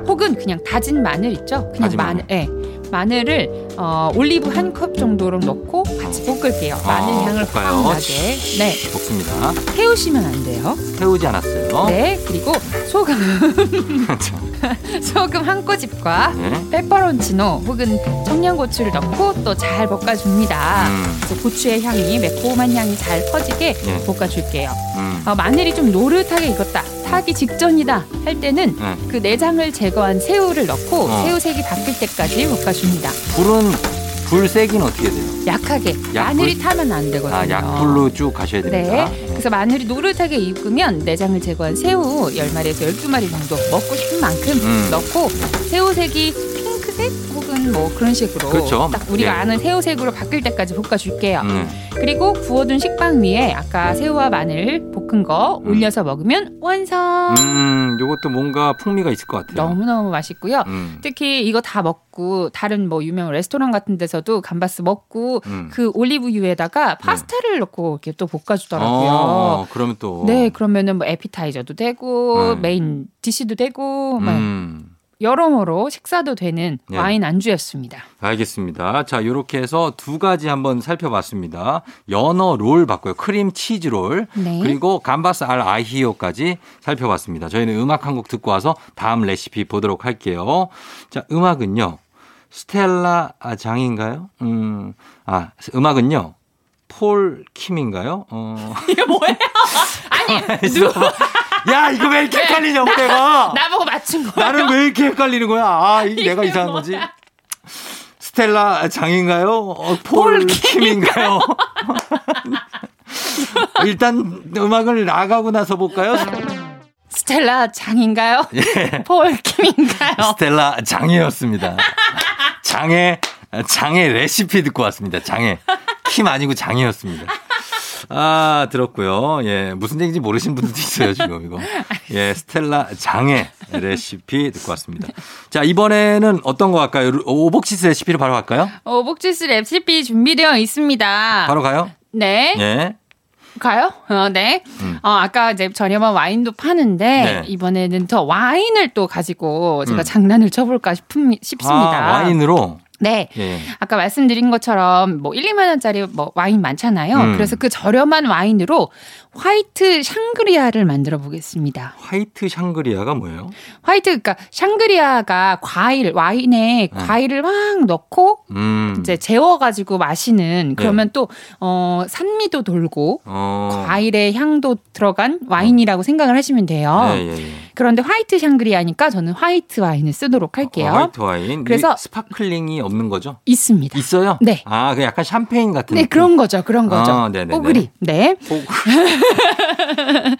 [SPEAKER 4] 혹은 그냥 다진 마늘 있죠? 그냥
[SPEAKER 1] 다진
[SPEAKER 4] 마늘, 예. 마늘을 어, 올리브 한 컵 정도로 넣고 같이 볶을게요. 마늘
[SPEAKER 1] 아,
[SPEAKER 4] 향을
[SPEAKER 1] 볶아요.
[SPEAKER 4] 확 나게. 네,
[SPEAKER 1] 볶습니다.
[SPEAKER 4] 태우시면 안 돼요.
[SPEAKER 1] 태우지 않았어요.
[SPEAKER 4] 네, 그리고 소금,
[SPEAKER 1] 참.
[SPEAKER 4] 소금 한 꼬집과
[SPEAKER 1] 네.
[SPEAKER 4] 페퍼론치노 혹은 청양고추를 넣고 또 잘 볶아줍니다.
[SPEAKER 1] 음,
[SPEAKER 4] 그래서 고추의 향이 매콤한 향이 잘 퍼지게
[SPEAKER 1] 네.
[SPEAKER 4] 볶아줄게요.
[SPEAKER 1] 음.
[SPEAKER 4] 어, 마늘이 좀 노릇하게 익었다 타기 직전이다 할 때는
[SPEAKER 1] 네.
[SPEAKER 4] 그 내장을 제거한 새우를 넣고
[SPEAKER 1] 어.
[SPEAKER 4] 새우색이 바뀔 때까지 볶아줍니다
[SPEAKER 1] 불은 불 세기는 어떻게 돼요?
[SPEAKER 4] 약하게 마늘이 타면 안 되거든요
[SPEAKER 1] 아 약불로 쭉 가셔야 됩니다.
[SPEAKER 4] 네. 그래서 마늘이 노릇하게 익으면 내장을 제거한 새우 10마리에서 12마리 정도 먹고 싶은 만큼
[SPEAKER 1] 음.
[SPEAKER 4] 넣고 새우색이 핑크색 혹은 뭐 그런 식으로
[SPEAKER 1] 그렇죠.
[SPEAKER 4] 딱 우리가
[SPEAKER 1] 예.
[SPEAKER 4] 아는 새우색으로 바뀔 때까지 볶아줄게요
[SPEAKER 1] 음,
[SPEAKER 4] 그리고 구워둔 식빵 위에 아까 새우와 마늘 볶은 거
[SPEAKER 1] 음.
[SPEAKER 4] 올려서 먹으면 완성
[SPEAKER 1] 음, 요것도 뭔가 풍미가 있을 것 같아요.
[SPEAKER 4] 너무너무 맛있고요.
[SPEAKER 1] 음,
[SPEAKER 4] 특히 이거 다 먹고 다른 뭐 유명 레스토랑 같은 데서도 감바스 먹고
[SPEAKER 1] 음.
[SPEAKER 4] 그 올리브유에다가 파스타를 넣고 이렇게 또 볶아주더라고요.
[SPEAKER 1] 어, 그러면 또
[SPEAKER 4] 네, 그러면은 뭐 에피타이저도 되고
[SPEAKER 1] 음.
[SPEAKER 4] 메인 디시도 되고 막
[SPEAKER 1] 음,
[SPEAKER 4] 여러모로 식사도 되는
[SPEAKER 1] 네.
[SPEAKER 4] 와인 안주였습니다.
[SPEAKER 1] 알겠습니다. 자, 요렇게 해서 두 가지 한번 살펴봤습니다. 연어 롤 봤고요. 크림 치즈 롤.
[SPEAKER 4] 네.
[SPEAKER 1] 그리고 감바스 알 아히오까지 살펴봤습니다. 저희는 음악 한 곡 듣고 와서 다음 레시피 보도록 할게요. 자, 음악은요. 스텔라 아, 장인가요? 음, 아, 음악은요. 폴 킴인가요? 어.
[SPEAKER 4] 이게 뭐예요? 아니, 누,
[SPEAKER 1] 야, 이거 왜 이렇게 헷갈리냐고, 내가!
[SPEAKER 4] 나보고 맞춘 거예요?
[SPEAKER 1] 나는 왜 이렇게 헷갈리는 거야? 아, 이 내가
[SPEAKER 4] 이게
[SPEAKER 1] 이상한
[SPEAKER 4] 뭐야?
[SPEAKER 1] 거지? 스텔라 장인가요? 어,
[SPEAKER 4] 폴
[SPEAKER 1] 폴 킴인가요? 일단 음악을 나가고 나서 볼까요?
[SPEAKER 4] 스텔라 장인가요?
[SPEAKER 1] 예.
[SPEAKER 4] 폴 킴인가요?
[SPEAKER 1] 스텔라 장애였습니다. 장애, 장애 레시피 듣고 왔습니다. 장애. 킴 아니고 장애였습니다. 아, 들었고요. 예, 무슨 얘기인지 모르신 분들도 있어요, 지금 이거. 예, 스텔라 장애 레시피 듣고 왔습니다. 자, 이번에는 어떤 거 할까요? 오복치스 레시피로 바로 갈까요?
[SPEAKER 4] 어, 복지스 레시피 준비되어 있습니다.
[SPEAKER 1] 바로 가요?
[SPEAKER 4] 아, 네.
[SPEAKER 1] 예.
[SPEAKER 4] 가요? 어, 네.
[SPEAKER 1] 음.
[SPEAKER 4] 어, 아까 이제 저렴한 와인도 파는데
[SPEAKER 1] 네.
[SPEAKER 4] 이번에는 더 와인을 또 가지고 제가
[SPEAKER 1] 음.
[SPEAKER 4] 장난을 쳐볼까 싶습니다
[SPEAKER 1] 아, 와인으로.
[SPEAKER 4] 네.
[SPEAKER 1] 예.
[SPEAKER 4] 아까 말씀드린 것처럼 뭐 1, 2만 원짜리 뭐 와인 많잖아요.
[SPEAKER 1] 음.
[SPEAKER 4] 그래서 그 저렴한 와인으로 화이트 샹그리아를 만들어 보겠습니다.
[SPEAKER 1] 화이트 샹그리아가 뭐예요?
[SPEAKER 4] 화이트 그러니까 샹그리아가 과일 와인에 과일을 막 넣고
[SPEAKER 1] 음. 네.
[SPEAKER 4] 이제 재워 가지고 마시는 그러면 또어 산미도 돌고
[SPEAKER 1] 어.
[SPEAKER 4] 과일의 향도 들어간 와인이라고 생각을 하시면 돼요.
[SPEAKER 1] 예, 예, 예.
[SPEAKER 4] 그런데 화이트 샹그리아니까 저는 화이트 와인을 쓰도록 할게요.
[SPEAKER 1] 어, 화이트 와인.
[SPEAKER 4] 그래서-
[SPEAKER 1] 그래서 스파클링이 없는 거죠?
[SPEAKER 4] 있습니다.
[SPEAKER 1] 있어요?
[SPEAKER 4] 네.
[SPEAKER 1] 아, 그 약간 샴페인 같은.
[SPEAKER 4] 네, 그런 거죠. 그런 거죠.
[SPEAKER 1] 아, 네네네.
[SPEAKER 4] 뽀글이. 네.
[SPEAKER 1] 느낌?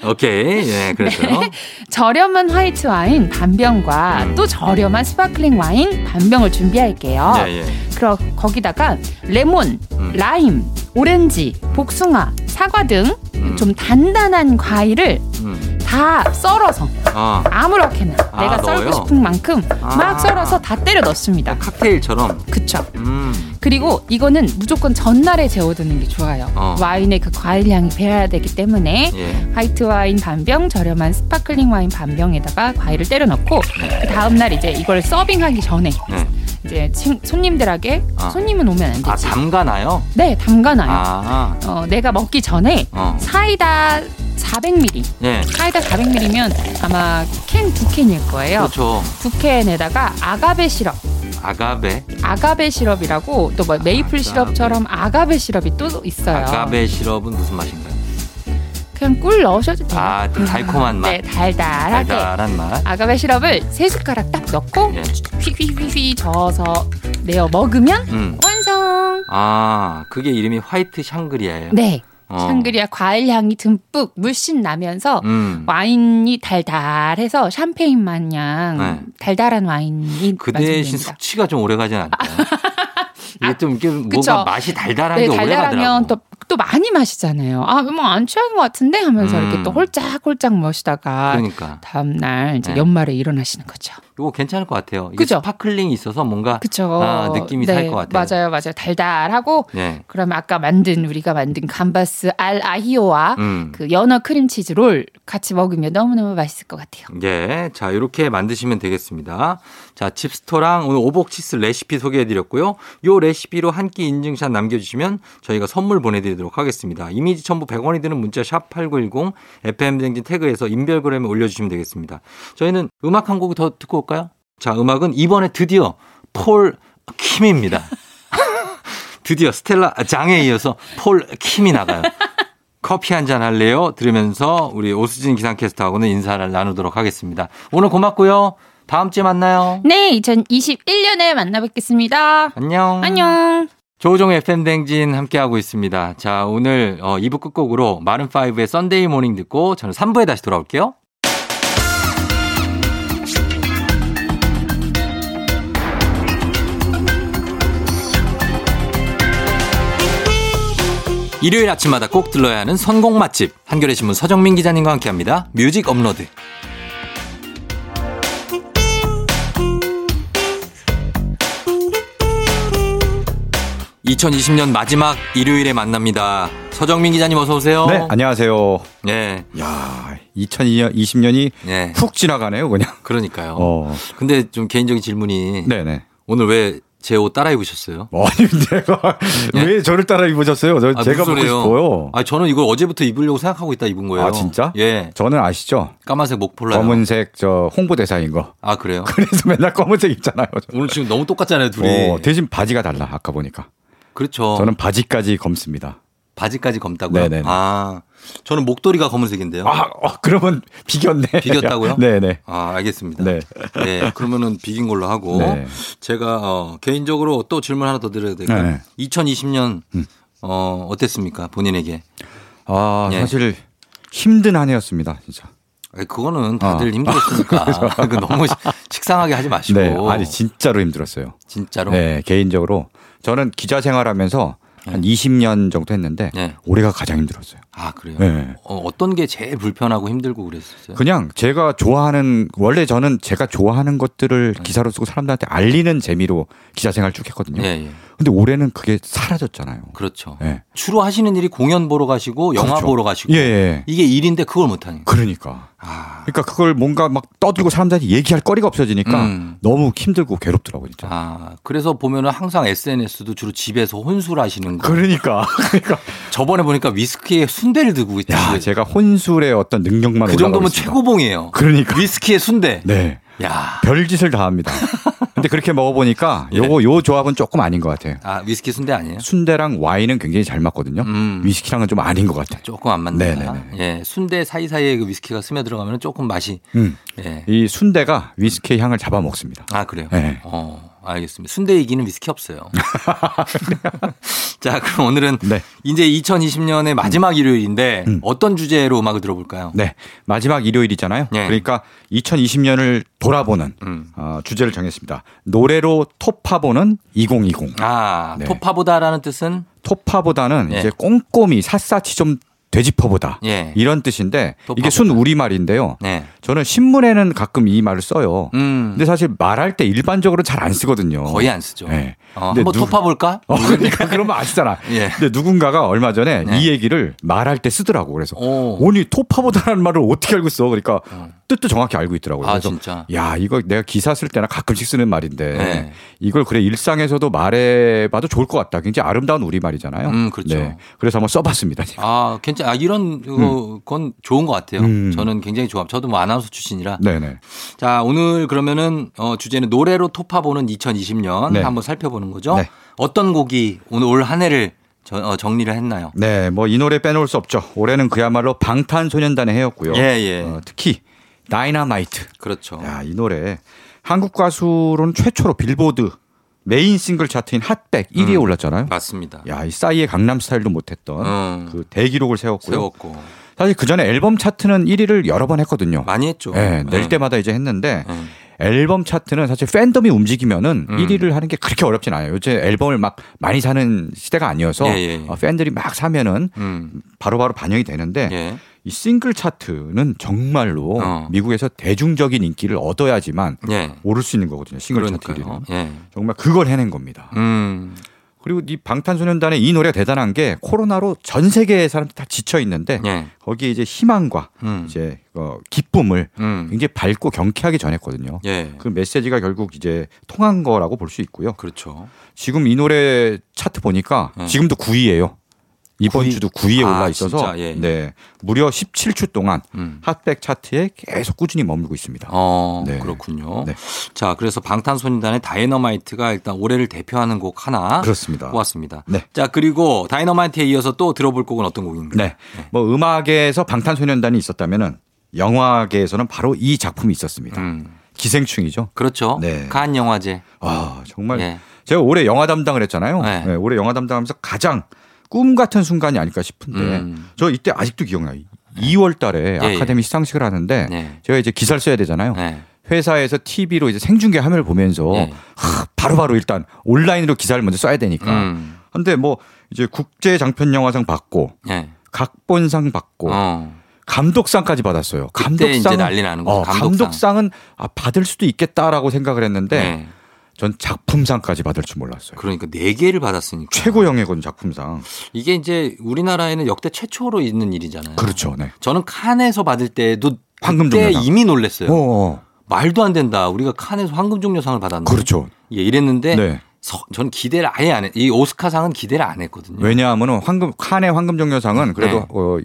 [SPEAKER 1] 오. 오케이. 예, 그래서요.
[SPEAKER 4] 저렴한 화이트 와인 반병과
[SPEAKER 1] 음.
[SPEAKER 4] 또 저렴한 스파클링 와인 반병을 준비할게요.
[SPEAKER 1] 예, 예.
[SPEAKER 4] 그럼 거기다가 레몬,
[SPEAKER 1] 음.
[SPEAKER 4] 아. 라임, 오렌지, 복숭아, 사과 등
[SPEAKER 1] 음.
[SPEAKER 4] 좀 단단한 과일을
[SPEAKER 1] 음.
[SPEAKER 4] 다 썰어서
[SPEAKER 1] 아,
[SPEAKER 4] 아무렇게나
[SPEAKER 1] 아,
[SPEAKER 4] 내가 썰고
[SPEAKER 1] 넣어요?
[SPEAKER 4] 싶은 만큼 막
[SPEAKER 1] 아.
[SPEAKER 4] 썰어서 다 때려 넣습니다.
[SPEAKER 1] 칵테일처럼.
[SPEAKER 4] 그쵸.
[SPEAKER 1] 음.
[SPEAKER 4] 그리고 이거는 무조건 전날에 재워두는 게 좋아요.
[SPEAKER 1] 어.
[SPEAKER 4] 와인의 그 과일 향이 배어야 되기 때문에
[SPEAKER 1] 예.
[SPEAKER 4] 화이트 와인 반병, 저렴한 스파클링 와인 반병에다가 과일을 때려 넣고 그 다음 날 이제 이걸 서빙하기 전에
[SPEAKER 1] 네.
[SPEAKER 4] 이제 친- 손님들에게
[SPEAKER 1] 아.
[SPEAKER 4] 손님은 오면 안 되지.
[SPEAKER 1] 아, 담가나요?
[SPEAKER 4] 네, 담가놔요.
[SPEAKER 1] 아.
[SPEAKER 4] 어, 내가 먹기 전에
[SPEAKER 1] 어.
[SPEAKER 4] 사이다 400ml.
[SPEAKER 1] 예.
[SPEAKER 4] 사이다 400ml면 아마 캔 두 캔일 거예요.
[SPEAKER 1] 그렇죠.
[SPEAKER 4] 두 캔에다가 아가베 시럽,
[SPEAKER 1] 아가베.
[SPEAKER 4] 아가베 시럽이라고 또 뭐 메이플
[SPEAKER 1] 아가베.
[SPEAKER 4] 시럽처럼 아가베 시럽이 또 있어요.
[SPEAKER 1] 아가베 시럽은 무슨 맛인가요?
[SPEAKER 4] 그냥 꿀 넣으셔도 돼요.
[SPEAKER 1] 아, 좀 달콤한 맛.
[SPEAKER 4] 네, 달달하게.
[SPEAKER 1] 달달한 맛.
[SPEAKER 4] 아가베 시럽을 세 숟가락 딱 넣고
[SPEAKER 1] 예.
[SPEAKER 4] 휘휘휘휘 저어서 내어 먹으면
[SPEAKER 1] 음.
[SPEAKER 4] 완성.
[SPEAKER 1] 아, 그게 이름이 화이트 샹그리아예요.
[SPEAKER 4] 네.
[SPEAKER 1] 어.
[SPEAKER 4] 샹그리아 과일 향이 듬뿍 물씬 나면서
[SPEAKER 1] 음.
[SPEAKER 4] 와인이 달달해서 샴페인 마냥
[SPEAKER 1] 네.
[SPEAKER 4] 달달한 와인이
[SPEAKER 1] 그 대신
[SPEAKER 4] 완성됩니다.
[SPEAKER 1] 숙취가 좀 오래 가진 않다. 이게 좀 이게
[SPEAKER 4] 아, 그쵸.
[SPEAKER 1] 뭔가 맛이 달달한
[SPEAKER 4] 네,
[SPEAKER 1] 게 오래 가더라고.
[SPEAKER 4] 달달하면 또, 또 많이 마시잖아요. 아, 뭐 안 취한 것 같은데 하면서 이렇게
[SPEAKER 1] 음.
[SPEAKER 4] 또 홀짝홀짝 마시다가
[SPEAKER 1] 그러니까
[SPEAKER 4] 다음날 이제
[SPEAKER 1] 네.
[SPEAKER 4] 연말에 일어나시는 거죠.
[SPEAKER 1] 이거 괜찮을 것 같아요. 이게
[SPEAKER 4] 그죠?
[SPEAKER 1] 스파클링이 있어서 뭔가
[SPEAKER 4] 그쵸. 네,
[SPEAKER 1] 아, 느낌이 살 것 같아요.
[SPEAKER 4] 맞아요, 맞아요. 달달하고
[SPEAKER 1] 네.
[SPEAKER 4] 그러면 아까 만든 우리가 만든 감바스 알 아히오와
[SPEAKER 1] 음.
[SPEAKER 4] 그 연어 크림치즈 롤 같이 먹으면 너무너무 맛있을 것 같아요.
[SPEAKER 1] 예. 자, 이렇게 만드시면 되겠습니다. 자, 칩스토랑 오늘 오복치스 레시피 소개해 드렸고요. 요 레시피로 한 끼 인증샷 남겨 주시면 저희가 선물 보내 드리도록 하겠습니다. 이미지 첨부 100원이 드는 문자 샵 8910 FM 댕진 태그에서 인별그램에 올려 주시면 되겠습니다. 저희는 음악 한 곡 더 듣고 올까요? 자, 음악은 이번에 드디어 폴 킴입니다. 드디어 스텔라 아, 장에 이어서 폴 킴이 나가요. 커피 한 잔 할래요? 들으면서 우리 오수진 기상캐스터하고는 인사를 나누도록 하겠습니다. 오늘 고맙고요. 다음 주에 만나요.
[SPEAKER 4] 네, 2021년에
[SPEAKER 1] 음.
[SPEAKER 4] 만나뵙겠습니다.
[SPEAKER 1] 안녕.
[SPEAKER 4] 안녕.
[SPEAKER 1] 조우종 FM 댕진 함께하고 있습니다. 자, 오늘 어, 2부 끝곡으로 마른5의 썬데이 모닝 듣고 저는 3부에 다시 돌아올게요. 일요일 아침마다 꼭 들러야 하는 선곡 맛집. 한겨레 신문 서정민 기자님과 함께 합니다. 뮤직 업로드. 이천이십 년 마지막 일요일에 만납니다. 서정민 기자님 어서 오세요.
[SPEAKER 5] 네, 안녕하세요.
[SPEAKER 1] 예.
[SPEAKER 5] 야, 2020년이
[SPEAKER 1] 예.
[SPEAKER 5] 훅 지나가네요, 그냥.
[SPEAKER 1] 그러니까요.
[SPEAKER 5] 어.
[SPEAKER 1] 근데 좀 개인적인 질문이
[SPEAKER 5] 네, 네.
[SPEAKER 1] 오늘 왜 제 옷 따라 입으셨어요?
[SPEAKER 5] 아니, 내가
[SPEAKER 1] 예?
[SPEAKER 5] 왜 저를 따라 입으셨어요? 저,
[SPEAKER 1] 아,
[SPEAKER 5] 제가
[SPEAKER 1] 무슨
[SPEAKER 5] 보고
[SPEAKER 1] 소리예요?
[SPEAKER 5] 싶어요.
[SPEAKER 1] 아 저는 이걸 어제부터 입으려고 생각하고 있다 입은 거예요.
[SPEAKER 5] 아, 진짜?
[SPEAKER 1] 예.
[SPEAKER 5] 저는 아시죠?
[SPEAKER 1] 까만색 목폴라.
[SPEAKER 5] 검은색 저 홍보대사인 거.
[SPEAKER 1] 아 그래요?
[SPEAKER 5] 그래서 맨날 검은색 입잖아요.
[SPEAKER 1] 오늘 지금 너무 똑같잖아요 둘이.
[SPEAKER 5] 어, 대신 바지가 달라, 아까 보니까.
[SPEAKER 1] 그렇죠.
[SPEAKER 5] 저는 바지까지 검습니다.
[SPEAKER 1] 바지까지 검다고요.
[SPEAKER 5] 네네네.
[SPEAKER 1] 아 저는 목도리가 검은색인데요.
[SPEAKER 5] 아, 어, 그러면 비겼네.
[SPEAKER 1] 비겼다고요?
[SPEAKER 5] 네, 네.
[SPEAKER 1] 아, 알겠습니다.
[SPEAKER 5] 네.
[SPEAKER 1] 예, 그러면은 비긴 걸로 하고
[SPEAKER 5] 네.
[SPEAKER 1] 제가 어, 개인적으로 또 질문 하나 더 드려야 될까요?
[SPEAKER 5] 네. 음.
[SPEAKER 1] 2020년 어, 어땠습니까? 본인에게.
[SPEAKER 5] 아,
[SPEAKER 1] 예.
[SPEAKER 5] 사실 힘든 한 해였습니다, 진짜.
[SPEAKER 1] 아니, 그거는 다들
[SPEAKER 5] 아. 그렇죠.
[SPEAKER 1] 힘들었으니까 그 너무 식상하게 하지 마시고
[SPEAKER 5] 네, 아니 진짜로 힘들었어요.
[SPEAKER 1] 진짜로
[SPEAKER 5] 네, 개인적으로 저는 기자 생활하면서 한 20년 정도 했는데
[SPEAKER 1] 네.
[SPEAKER 5] 올해가 가장 힘들었어요.
[SPEAKER 1] 아 그래요.
[SPEAKER 5] 네.
[SPEAKER 1] 어, 떤게 제일 불편하고 힘들고 그랬었어요?
[SPEAKER 5] 그냥 제가 좋아하는 원래 저는 제가 좋아하는 것들을
[SPEAKER 1] 네.
[SPEAKER 5] 기사로 쓰고 사람들한테 알리는 재미로 기자 생활 쭉 했거든요.
[SPEAKER 1] 예, 예.
[SPEAKER 5] 근데 올해는 그게 사라졌잖아요.
[SPEAKER 1] 그렇죠.
[SPEAKER 5] 예.
[SPEAKER 1] 주로 하시는 일이 공연 보러 가시고 영화
[SPEAKER 5] 그렇죠.
[SPEAKER 1] 보러 가시고
[SPEAKER 5] 예, 예.
[SPEAKER 1] 이게 일인데 그걸 못 하니.
[SPEAKER 5] 그러니까.
[SPEAKER 1] 아,
[SPEAKER 5] 그러니까 그걸 뭔가 막 떠들고 사람들한테 얘기할 거리가 없어지니까
[SPEAKER 1] 음.
[SPEAKER 5] 너무 힘들고 괴롭더라고요, 진짜.
[SPEAKER 1] 아, 그래서 보면은 항상 SNS도 주로 집에서 혼술하시는 거.
[SPEAKER 5] 그러니까. 그러니까
[SPEAKER 1] 저번에 보니까 위스키에 순대를 들고 있다.
[SPEAKER 5] 야, 제가 혼술의 어떤 능력만
[SPEAKER 1] 네. 그
[SPEAKER 5] 올라가고
[SPEAKER 1] 정도면
[SPEAKER 5] 있습니다.
[SPEAKER 1] 최고봉이에요.
[SPEAKER 5] 그러니까.
[SPEAKER 1] 위스키에 순대.
[SPEAKER 5] 네.
[SPEAKER 1] 야,
[SPEAKER 5] 별짓을 다 합니다. 근데 그렇게 먹어보니까
[SPEAKER 1] 예.
[SPEAKER 5] 요거 요 조합은 조금 아닌 것 같아요.
[SPEAKER 1] 아 위스키 순대 아니에요?
[SPEAKER 5] 순대랑 와인은 굉장히 잘 맞거든요.
[SPEAKER 1] 음.
[SPEAKER 5] 위스키랑은 좀 아닌 것 같아요.
[SPEAKER 1] 조금 안 맞는다.
[SPEAKER 5] 네네네.
[SPEAKER 1] 예, 순대 사이사이에 그 위스키가 스며 들어가면 조금 맛이.
[SPEAKER 5] 음.
[SPEAKER 1] 예.
[SPEAKER 5] 이 순대가 위스키의 향을 잡아먹습니다.
[SPEAKER 1] 아 그래요.
[SPEAKER 5] 네.
[SPEAKER 1] 어, 알겠습니다. 순대 이기는 위스키 없어요. 자, 그럼 오늘은
[SPEAKER 5] 네.
[SPEAKER 1] 이제 2020년의 마지막 일요일인데
[SPEAKER 5] 음.
[SPEAKER 1] 어떤 주제로 음악을 들어볼까요?
[SPEAKER 5] 네. 마지막 일요일이잖아요.
[SPEAKER 1] 예.
[SPEAKER 5] 그러니까 2020년을 돌아보는
[SPEAKER 1] 음.
[SPEAKER 5] 어, 주제를 정했습니다. 노래로 토파보는 2020.
[SPEAKER 1] 아,
[SPEAKER 5] 네.
[SPEAKER 1] 토파보다라는 뜻은
[SPEAKER 5] 토파보다는
[SPEAKER 1] 예.
[SPEAKER 5] 이제 꼼꼼히 샅샅이 좀 되짚어보다.
[SPEAKER 1] 예.
[SPEAKER 5] 이런 뜻인데
[SPEAKER 1] 토파보다.
[SPEAKER 5] 이게 순 우리말인데요.
[SPEAKER 1] 네.
[SPEAKER 5] 저는 신문에는 가끔 이 말을 써요.
[SPEAKER 1] 음.
[SPEAKER 5] 근데 사실 말할 때 일반적으로 잘 안 쓰거든요.
[SPEAKER 1] 거의 안 쓰죠.
[SPEAKER 5] 네.
[SPEAKER 1] 어,
[SPEAKER 5] 근데
[SPEAKER 1] 한번
[SPEAKER 5] 누구-
[SPEAKER 1] 토파볼까?
[SPEAKER 5] 어, 그러니까 그런 거 아시잖아.
[SPEAKER 1] 예.
[SPEAKER 5] 근데 누군가가 얼마 전에
[SPEAKER 1] 네.
[SPEAKER 5] 이 얘기를 말할 때 쓰더라고. 그래서
[SPEAKER 1] 오.
[SPEAKER 5] 오니 토파보다라는 말을 어떻게 알고 써? 그러니까 뜻도 정확히 알고 있더라고요.
[SPEAKER 1] 아,
[SPEAKER 5] 그래서
[SPEAKER 1] 진짜.
[SPEAKER 5] 야 이거 내가 기사 쓸 때나 가끔씩 쓰는 말인데
[SPEAKER 1] 네.
[SPEAKER 5] 이걸 그래 일상에서도 말해봐도 좋을 것 같다. 굉장히 아름다운 우리 말이잖아요. 네.
[SPEAKER 1] 음, 그렇죠.
[SPEAKER 5] 그래서 한번 써봤습니다. 제가.
[SPEAKER 1] 아, 괜찮. 아, 이런 어, 건 좋은 것 같아요.
[SPEAKER 5] 음.
[SPEAKER 1] 저는 굉장히 좋아. 저도 뭐 아나운서 출신이라.
[SPEAKER 5] 네네.
[SPEAKER 1] 자, 오늘 그러면은 어, 주제는 노래로 토파보는 2020년
[SPEAKER 5] 네.
[SPEAKER 1] 한번 살펴보는 거죠.
[SPEAKER 5] 네.
[SPEAKER 1] 어떤 곡이 오늘 올 한 해를 저- 어, 정리를 했나요?
[SPEAKER 5] 네, 뭐 이 노래 빼놓을 수 없죠. 올해는 그야말로 방탄소년단의 해였고요.
[SPEAKER 1] 예, 예.
[SPEAKER 5] 어, 특히 어. 다이나마이트.
[SPEAKER 1] 그렇죠.
[SPEAKER 5] 야, 이 노래 한국 가수로는 최초로 빌보드 메인 싱글 차트인 핫백 1위에
[SPEAKER 1] 음.
[SPEAKER 5] 올랐잖아요.
[SPEAKER 1] 맞습니다.
[SPEAKER 5] 야, 이 싸이의 강남 스타일도 못했던
[SPEAKER 1] 어.
[SPEAKER 5] 그 대기록을 세웠고요.
[SPEAKER 1] 세웠고
[SPEAKER 5] 사실 그 전에 앨범 차트는 1위를 여러 번 했거든요.
[SPEAKER 1] 많이 했죠.
[SPEAKER 5] 예, 낼
[SPEAKER 1] 네.
[SPEAKER 5] 때마다 이제 했는데
[SPEAKER 1] 네.
[SPEAKER 5] 앨범 차트는 사실 팬덤이 움직이면은
[SPEAKER 1] 음.
[SPEAKER 5] 1위를 하는 게 그렇게 어렵진 않아요. 요새 앨범을 막 많이 사는 시대가 아니어서
[SPEAKER 1] 예, 예, 예.
[SPEAKER 5] 어, 팬들이 막 사면은
[SPEAKER 1] 음.
[SPEAKER 5] 바로바로 반영이 되는데
[SPEAKER 1] 예.
[SPEAKER 5] 이 싱글 차트는 정말로
[SPEAKER 1] 어.
[SPEAKER 5] 미국에서 대중적인 인기를 얻어야지만
[SPEAKER 1] 예.
[SPEAKER 5] 오를 수 있는 거거든요. 싱글 차트 1위는.
[SPEAKER 1] 그러니까요. 예.
[SPEAKER 5] 정말 그걸 해낸 겁니다.
[SPEAKER 1] 음.
[SPEAKER 5] 그리고 이 방탄소년단의 이 노래가 대단한 게 코로나로 전 세계의 사람들이 다 지쳐 있는데
[SPEAKER 1] 예.
[SPEAKER 5] 거기에 이제 희망과
[SPEAKER 1] 음.
[SPEAKER 5] 이제 어, 기쁨을
[SPEAKER 1] 음.
[SPEAKER 5] 굉장히 밝고 경쾌하게 전했거든요.
[SPEAKER 1] 예.
[SPEAKER 5] 그 메시지가 결국 이제 통한 거라고 볼 수 있고요.
[SPEAKER 1] 그렇죠.
[SPEAKER 5] 지금 이 노래 차트 보니까
[SPEAKER 1] 네.
[SPEAKER 5] 지금도 9위예요. 이번
[SPEAKER 1] 9위?
[SPEAKER 5] 주도 9위에
[SPEAKER 1] 아,
[SPEAKER 5] 올라 있어서
[SPEAKER 1] 진짜? 예.
[SPEAKER 5] 네 무려 17주 동안
[SPEAKER 1] 음.
[SPEAKER 5] 핫백 차트에 계속 꾸준히 머물고 있습니다.
[SPEAKER 1] 어,
[SPEAKER 5] 네.
[SPEAKER 1] 그렇군요.
[SPEAKER 5] 네.
[SPEAKER 1] 자, 그래서 방탄소년단의 다이너마이트가 일단 올해를 대표하는 곡 하나
[SPEAKER 5] 그렇습니다.
[SPEAKER 1] 뽑았습니다.
[SPEAKER 5] 네.
[SPEAKER 1] 자, 그리고 다이너마이트에 이어서 또 들어볼 곡은 어떤 곡인가요?
[SPEAKER 5] 네, 뭐 음악에서 방탄소년단이 있었다면은 영화계에서는 바로 이 작품이 있었습니다.
[SPEAKER 1] 음.
[SPEAKER 5] 기생충이죠.
[SPEAKER 1] 그렇죠.
[SPEAKER 5] 네.
[SPEAKER 1] 칸 영화제.
[SPEAKER 5] 아 정말
[SPEAKER 1] 예.
[SPEAKER 5] 제가 올해 영화 담당을 했잖아요.
[SPEAKER 1] 네.
[SPEAKER 5] 네, 올해 영화 담당하면서 가장 꿈 같은 순간이 아닐까 싶은데
[SPEAKER 1] 음.
[SPEAKER 5] 저 이때 아직도 기억나요. 2월 달에
[SPEAKER 1] 예,
[SPEAKER 5] 아카데미 시상식을 하는데
[SPEAKER 1] 네.
[SPEAKER 5] 제가 이제 기사를 써야 되잖아요.
[SPEAKER 1] 네.
[SPEAKER 5] 회사에서 TV로 이제 생중계 화면을 보면서
[SPEAKER 1] 예.
[SPEAKER 5] 하, 바로바로 일단 온라인으로 기사를 먼저 써야 되니까.
[SPEAKER 1] 음.
[SPEAKER 5] 근데 뭐 이제 국제 장편 영화상 받고
[SPEAKER 1] 예.
[SPEAKER 5] 각본상 받고
[SPEAKER 1] 어.
[SPEAKER 5] 감독상까지 받았어요.
[SPEAKER 1] 그때 이제
[SPEAKER 5] 감독상은-
[SPEAKER 1] 난리 나는 거죠.
[SPEAKER 5] 어,
[SPEAKER 1] 감독상.
[SPEAKER 5] 감독상은 아, 받을 수도 있겠다라고 생각을 했는데
[SPEAKER 1] 네.
[SPEAKER 5] 전 작품상까지 받을 줄 몰랐어요.
[SPEAKER 1] 그러니까 네 개를 받았으니까.
[SPEAKER 5] 최고 영예군 작품상.
[SPEAKER 1] 이게 이제 우리나라에는 역대 최초로 있는 일이잖아요.
[SPEAKER 5] 그렇죠. 네.
[SPEAKER 1] 저는 칸에서 받을 때도
[SPEAKER 5] 황금
[SPEAKER 1] 그때
[SPEAKER 5] 종려상.
[SPEAKER 1] 이미 놀랬어요.
[SPEAKER 5] 어, 어.
[SPEAKER 1] 말도 안 된다. 우리가 칸에서 황금종려상을 받았는데.
[SPEAKER 5] 그렇죠.
[SPEAKER 1] 예, 이랬는데
[SPEAKER 5] 네.
[SPEAKER 1] 서, 저는 기대를 아예 안 했. 이 오스카상은 기대를 안 했거든요.
[SPEAKER 5] 왜냐하면 황금 칸의 황금종려상은 그래도
[SPEAKER 1] 네.
[SPEAKER 5] 어,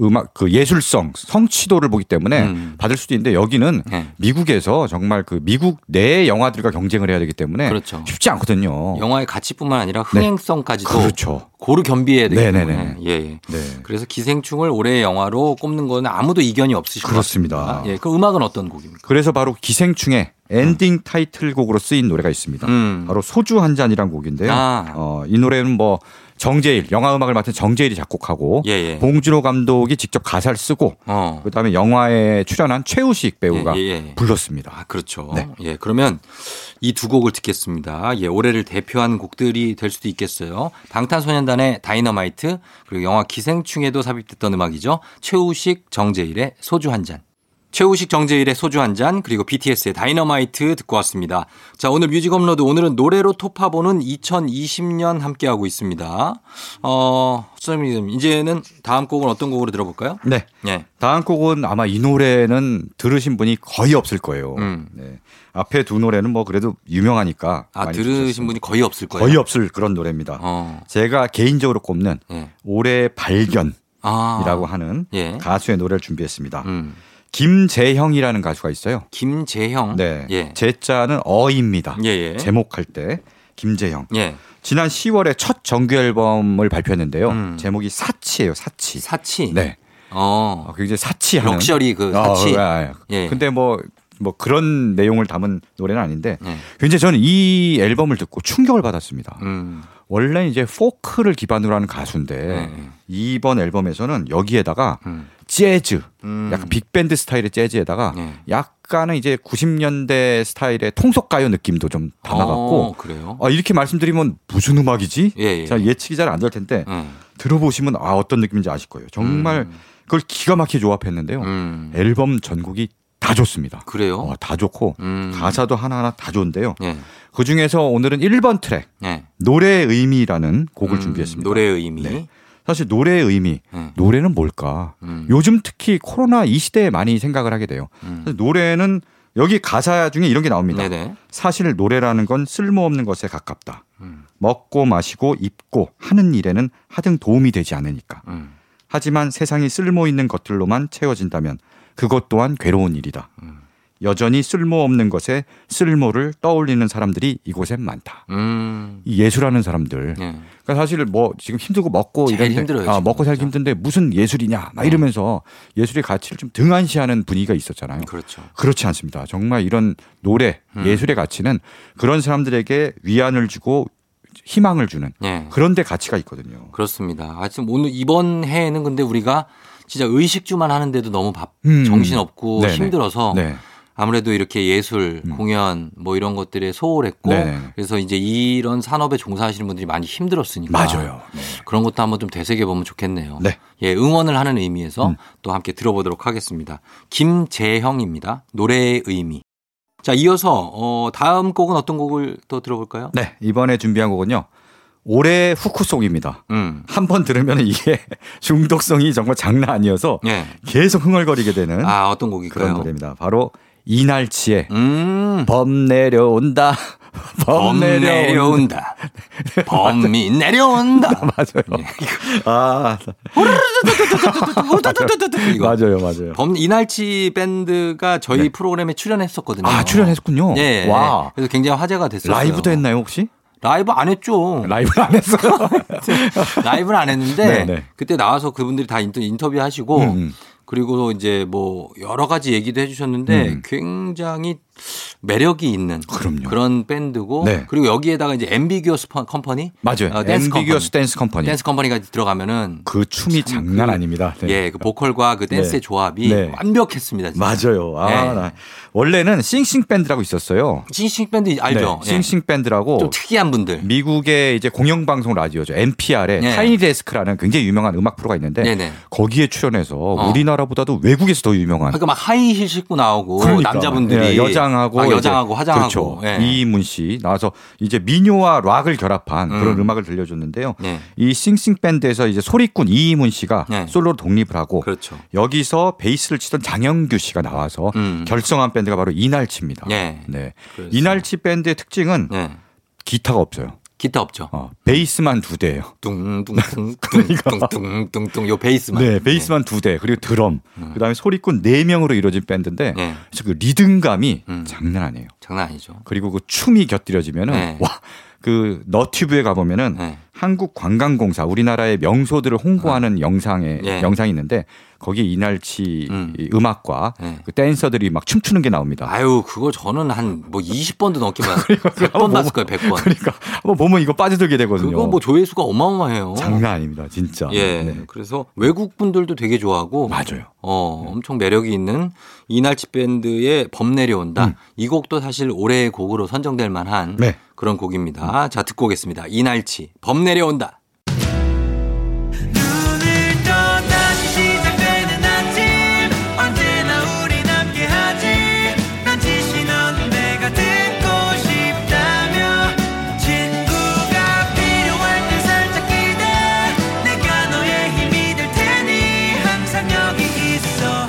[SPEAKER 5] 음악 그 예술성 성취도를 보기 때문에
[SPEAKER 1] 음.
[SPEAKER 5] 받을 수도 있는데 여기는
[SPEAKER 1] 네.
[SPEAKER 5] 미국에서 정말 그 미국 내 영화들과 경쟁을 해야 되기 때문에
[SPEAKER 1] 그렇죠.
[SPEAKER 5] 쉽지 않거든요.
[SPEAKER 1] 영화의 가치뿐만 아니라 흥행성까지도
[SPEAKER 5] 어. 그렇죠.
[SPEAKER 1] 고루 겸비해야 되기
[SPEAKER 5] 네네네.
[SPEAKER 1] 때문에. 예, 예.
[SPEAKER 5] 네.
[SPEAKER 1] 그래서 기생충을 올해의 영화로 꼽는 거는 아무도 이견이 없으실 것
[SPEAKER 5] 그렇습니다.
[SPEAKER 1] 같습니다. 예, 그 음악은 어떤 곡입니까?
[SPEAKER 5] 그래서 바로 기생충의 엔딩 타이틀곡으로 쓰인 노래가 있습니다.
[SPEAKER 1] 음.
[SPEAKER 5] 바로 소주 한 잔이란 곡인데요.
[SPEAKER 1] 아.
[SPEAKER 5] 어, 이 노래는 뭐 정재일 영화 음악을 맡은 정재일이 작곡하고
[SPEAKER 1] 예, 예.
[SPEAKER 5] 봉준호 감독이 직접 가사를 쓰고
[SPEAKER 1] 어.
[SPEAKER 5] 그다음에 영화에 출연한 최우식 배우가
[SPEAKER 1] 예, 예, 예.
[SPEAKER 5] 불렀습니다.
[SPEAKER 1] 아, 그렇죠.
[SPEAKER 5] 네.
[SPEAKER 1] 예, 그러면 이 두 곡을 듣겠습니다. 예, 올해를 대표하는 곡들이 될 수도 있겠어요. 방탄소년단의 다이너마이트, 그리고 영화 기생충에도 삽입됐던 음악이죠. 최우식, 정재일의 소주 한 잔. 최우식 정재일의 소주 한 잔, 그리고 BTS의 다이너마이트 듣고 왔습니다. 자, 오늘 뮤직 업로드, 오늘은 노래로 톱하보는 2020년 함께하고 있습니다. 어, 수정님, 이제는 다음 곡은 어떤 곡으로 들어볼까요?
[SPEAKER 5] 네.
[SPEAKER 1] 예.
[SPEAKER 5] 다음 곡은 아마 이 노래는 들으신 분이 거의 없을 거예요.
[SPEAKER 1] 음.
[SPEAKER 5] 네. 앞에 두 노래는 뭐 그래도 유명하니까
[SPEAKER 1] 아,
[SPEAKER 5] 많이
[SPEAKER 1] 들으신
[SPEAKER 5] 들으셨을
[SPEAKER 1] 분이 거의 없을 거예요.
[SPEAKER 5] 거의 없을 그런 노래입니다.
[SPEAKER 1] 어,
[SPEAKER 5] 제가 개인적으로 꼽는
[SPEAKER 1] 예.
[SPEAKER 5] 올해 발견이라고
[SPEAKER 1] 아.
[SPEAKER 5] 하는
[SPEAKER 1] 예.
[SPEAKER 5] 가수의 노래를 준비했습니다.
[SPEAKER 1] 음.
[SPEAKER 5] 김재형이라는 가수가 있어요.
[SPEAKER 1] 김재형.
[SPEAKER 5] 네.
[SPEAKER 1] 예.
[SPEAKER 5] 제자는 어입니다.
[SPEAKER 1] 예, 예.
[SPEAKER 5] 제목할 때 김재형.
[SPEAKER 1] 예.
[SPEAKER 5] 지난 10월에 첫 정규 앨범을 발표했는데요.
[SPEAKER 1] 음.
[SPEAKER 5] 제목이 사치예요. 사치.
[SPEAKER 1] 사치.
[SPEAKER 5] 네.
[SPEAKER 1] 어.
[SPEAKER 5] 어, 굉장히 사치하는.
[SPEAKER 1] 럭셔리 그
[SPEAKER 5] 어,
[SPEAKER 1] 사치.
[SPEAKER 5] 예, 예.
[SPEAKER 1] 예.
[SPEAKER 5] 근데 뭐, 뭐 그런 내용을 담은 노래는 아닌데
[SPEAKER 1] 예.
[SPEAKER 5] 굉장히 저는 이 앨범을 듣고 충격을 받았습니다.
[SPEAKER 1] 음.
[SPEAKER 5] 원래 이제 포크를 기반으로 하는 가수인데
[SPEAKER 1] 네.
[SPEAKER 5] 이번 앨범에서는 여기에다가
[SPEAKER 1] 음.
[SPEAKER 5] 재즈,
[SPEAKER 1] 음.
[SPEAKER 5] 약간 빅밴드 스타일의 재즈에다가
[SPEAKER 1] 네.
[SPEAKER 5] 약간은 이제 90년대 스타일의 통속가요 느낌도 좀
[SPEAKER 1] 어,
[SPEAKER 5] 담아갔고
[SPEAKER 1] 그래요.
[SPEAKER 5] 아, 이렇게 말씀드리면 무슨 음악이지?
[SPEAKER 1] 예, 예.
[SPEAKER 5] 자, 예측이 잘 안 될 텐데
[SPEAKER 1] 음.
[SPEAKER 5] 들어보시면 아 어떤 느낌인지 아실 거예요. 정말
[SPEAKER 1] 음.
[SPEAKER 5] 그걸 기가 막히게 조합했는데요.
[SPEAKER 1] 음.
[SPEAKER 5] 앨범 전곡이 다 좋습니다.
[SPEAKER 1] 그래요.
[SPEAKER 5] 어, 다 좋고
[SPEAKER 1] 음.
[SPEAKER 5] 가사도 하나하나 다 좋은데요.
[SPEAKER 1] 예.
[SPEAKER 5] 그 중에서 오늘은 1번 트랙
[SPEAKER 1] 예.
[SPEAKER 5] 노래의 의미라는 곡을
[SPEAKER 1] 음,
[SPEAKER 5] 준비했습니다.
[SPEAKER 1] 노래의 의미.
[SPEAKER 5] 네. 사실 노래의 의미,
[SPEAKER 1] 예.
[SPEAKER 5] 노래는 뭘까?
[SPEAKER 1] 음.
[SPEAKER 5] 요즘 특히 코로나 이 시대에 많이 생각을 하게 돼요.
[SPEAKER 1] 음.
[SPEAKER 5] 사실 노래는 여기 가사 중에 이런 게 나옵니다.
[SPEAKER 1] 네네.
[SPEAKER 5] 사실 노래라는 건 쓸모없는 것에 가깝다.
[SPEAKER 1] 음.
[SPEAKER 5] 먹고 마시고 입고 하는 일에는 하등 도움이 되지 않으니까.
[SPEAKER 1] 음.
[SPEAKER 5] 하지만 세상이 쓸모 있는 것들로만 채워진다면 그것 또한 괴로운 일이다.
[SPEAKER 1] 음.
[SPEAKER 5] 여전히 쓸모없는 것에 쓸모를 떠올리는 사람들이 이곳에 많다.
[SPEAKER 1] 음.
[SPEAKER 5] 이 예술하는 사람들.
[SPEAKER 1] 예.
[SPEAKER 5] 그러니까 사실 뭐 지금 힘들고 먹고
[SPEAKER 1] 제일
[SPEAKER 5] 이런데
[SPEAKER 1] 힘들어요,
[SPEAKER 5] 아,
[SPEAKER 1] 지금
[SPEAKER 5] 먹고 살기
[SPEAKER 1] 진짜. 네.
[SPEAKER 5] 힘든데 무슨 예술이냐 막 이러면서 예술의 가치를 좀 등한시하는 분위기가 있었잖아요.
[SPEAKER 1] 그렇죠.
[SPEAKER 5] 그렇지 않습니다. 정말 이런 노래,
[SPEAKER 1] 음.
[SPEAKER 5] 예술의 가치는 그런 사람들에게 위안을 주고 희망을 주는
[SPEAKER 1] 예.
[SPEAKER 5] 그런 데 가치가 있거든요.
[SPEAKER 1] 그렇습니다. 하여튼 오늘 이번 해에는 근데 우리가 진짜 의식주만 하는데도 너무 밥,
[SPEAKER 5] 음.
[SPEAKER 1] 정신없고
[SPEAKER 5] 네네.
[SPEAKER 1] 힘들어서
[SPEAKER 5] 네.
[SPEAKER 1] 아무래도 이렇게 예술,
[SPEAKER 5] 음.
[SPEAKER 1] 공연 뭐 이런 것들에 소홀했고
[SPEAKER 5] 네네.
[SPEAKER 1] 그래서 이제 이런 산업에 종사하시는 분들이 많이 힘들었으니까
[SPEAKER 5] 맞아요.
[SPEAKER 1] 그런 것도 한번 좀 되새겨 보면 좋겠네요.
[SPEAKER 5] 네.
[SPEAKER 1] 예, 응원을 하는 의미에서
[SPEAKER 5] 음.
[SPEAKER 1] 또 함께 들어보도록 하겠습니다. 김재형입니다. 노래의 의미. 자, 이어서 어, 다음 곡은 어떤 곡을 또 들어볼까요?
[SPEAKER 5] 네. 이번에 준비한 곡은요. 올해 후쿠송입니다.
[SPEAKER 1] 음.
[SPEAKER 5] 한 번 들으면 이게 중독성이 정말 장난 아니어서
[SPEAKER 1] 예.
[SPEAKER 5] 계속 흥얼거리게 되는
[SPEAKER 1] 아, 어떤 곡일까요?
[SPEAKER 5] 음? 그런 노래입니다. 바로 이날치의
[SPEAKER 1] 음.
[SPEAKER 5] 범 내려온다. 범,
[SPEAKER 1] 범
[SPEAKER 5] 내려온다.
[SPEAKER 1] 내려온다. 범이 내려온다.
[SPEAKER 5] 맞아요.
[SPEAKER 1] 예.
[SPEAKER 5] 아,
[SPEAKER 1] 이거.
[SPEAKER 5] 맞아요, 맞아요.
[SPEAKER 1] 범 이날치 밴드가 저희
[SPEAKER 5] 네.
[SPEAKER 1] 프로그램에 출연했었거든요.
[SPEAKER 5] 아, 출연했군요.
[SPEAKER 1] 예.
[SPEAKER 5] 와.
[SPEAKER 1] 그래서 굉장히 화제가 됐어요.
[SPEAKER 5] 라이브도 했나요, 혹시?
[SPEAKER 1] 라이브 안 했죠.
[SPEAKER 5] 어, 라이브 안 했어요.
[SPEAKER 1] 라이브는 안 했는데
[SPEAKER 5] 네, 네.
[SPEAKER 1] 그때 나와서 그분들이 다 인터, 인터뷰 하시고
[SPEAKER 5] 음, 음.
[SPEAKER 1] 그리고 이제 뭐 여러 가지 얘기도 해주셨는데
[SPEAKER 5] 음.
[SPEAKER 1] 굉장히 매력이 있는
[SPEAKER 5] 그럼요.
[SPEAKER 1] 런 밴드고
[SPEAKER 5] 네.
[SPEAKER 1] 그리고 여기에다가 이제 엠비규어스 펀- 컴퍼니
[SPEAKER 5] 맞아요.
[SPEAKER 1] 아, 댄스
[SPEAKER 5] 엠비규어스 댄스 컴퍼니.
[SPEAKER 1] 댄스 컴퍼니가 들어가면은
[SPEAKER 5] 그 춤이 장난 아닙니다. 네.
[SPEAKER 1] 예, 그 보컬과 그 댄스의
[SPEAKER 5] 네.
[SPEAKER 1] 조합이
[SPEAKER 5] 네.
[SPEAKER 1] 완벽했습니다. 진짜.
[SPEAKER 5] 맞아요. 아,
[SPEAKER 1] 네.
[SPEAKER 5] 나 원래는 싱싱 밴드라고 있었어요.
[SPEAKER 1] 싱싱 밴드 알죠? 예.
[SPEAKER 5] 네, 싱싱
[SPEAKER 1] 좀
[SPEAKER 5] 밴드라고 음.
[SPEAKER 1] 특이한 분들.
[SPEAKER 5] 미국의 이제 공영방송 라디오죠. NPR의
[SPEAKER 1] 네.
[SPEAKER 5] 타이니 데스크라는 굉장히 유명한 음악 프로가 있는데
[SPEAKER 1] 네네. 어.
[SPEAKER 5] 거기에 출연해서 우리나라보다도 외국에서 더 유명한
[SPEAKER 1] 그러니까 막 하이힐 신고 나오고
[SPEAKER 5] 그러니까.
[SPEAKER 1] 뭐 남자분들이
[SPEAKER 5] 예, 여장하고
[SPEAKER 1] 막 여장하고
[SPEAKER 5] 이제
[SPEAKER 1] 화장하고
[SPEAKER 5] 그렇죠.
[SPEAKER 1] 예.
[SPEAKER 5] 이인문 씨 나와서 이제 민요와 락을 결합한 그런
[SPEAKER 1] 음.
[SPEAKER 5] 음악을 들려줬는데요.
[SPEAKER 1] 예.
[SPEAKER 5] 이 싱싱 밴드에서 이제 소리꾼 이인문 씨가
[SPEAKER 1] 네.
[SPEAKER 5] 솔로 독립을 하고
[SPEAKER 1] 그렇죠.
[SPEAKER 5] 여기서 베이스를 치던 장영규 씨가 나와서
[SPEAKER 1] 음.
[SPEAKER 5] 결성한 밴드가 바로 이날치입니다.
[SPEAKER 1] 예.
[SPEAKER 5] 네.
[SPEAKER 1] 그래서.
[SPEAKER 5] 이날치 밴드의 특징은
[SPEAKER 1] 예.
[SPEAKER 5] 기타가 없어요.
[SPEAKER 1] 기타 없죠.
[SPEAKER 5] 어, 베이스만 두 대예요.
[SPEAKER 1] 뚱뚱뚱뚱뚱뚱뚱뚱 요 베이스만.
[SPEAKER 5] 네, 베이스만 두 대, 그리고 드럼, 그다음에 소리꾼 네 명으로 이루어진 밴드인데
[SPEAKER 1] 네.
[SPEAKER 5] 그래서 그 리듬감이
[SPEAKER 1] 음.
[SPEAKER 5] 장난 아니에요.
[SPEAKER 1] 장난 아니죠.
[SPEAKER 5] 그리고 그 춤이 곁들여지면은
[SPEAKER 1] 네.
[SPEAKER 5] 와 그 너튜브에 가보면은
[SPEAKER 1] 네.
[SPEAKER 5] 한국관광공사 우리나라의 명소들을 홍보하는 영상에
[SPEAKER 1] 예.
[SPEAKER 5] 영상이 있는데 거기에 이날치
[SPEAKER 1] 음.
[SPEAKER 5] 음. 악과
[SPEAKER 1] 네.
[SPEAKER 5] 그 댄서들이 막 춤추는 게 나옵니다.
[SPEAKER 1] 아유, 그거 저는 한 뭐 20번도 넘게 봤어요. 100번 봤을 거예요, 100번.
[SPEAKER 5] 그러니까 한번 보면 이거 빠져들게 되거든요.
[SPEAKER 1] 그거 뭐 조회수가 어마어마해요.
[SPEAKER 5] 장난 아닙니다, 진짜.
[SPEAKER 1] 예.
[SPEAKER 5] 네.
[SPEAKER 1] 그래서 외국 분들도 되게 좋아하고
[SPEAKER 5] 맞아요. 네.
[SPEAKER 1] 어, 엄청 매력이 있는 이날치 밴드의 범 내려온다. 이 곡도 사실 올해의 곡으로 선정될 만한
[SPEAKER 5] 음. 네.
[SPEAKER 1] 그런 곡입니다. 자, 듣고 오겠습니다. 이날치 범 내려온다.
[SPEAKER 6] 오늘 또 다시 시작되는 아침 언제나 우린 함께하지 난 지시 넌 내가 듣고 싶다며 친구가 필요할 때 살짝 기대 내가 너의 힘이 될 테니 항상 여기 있어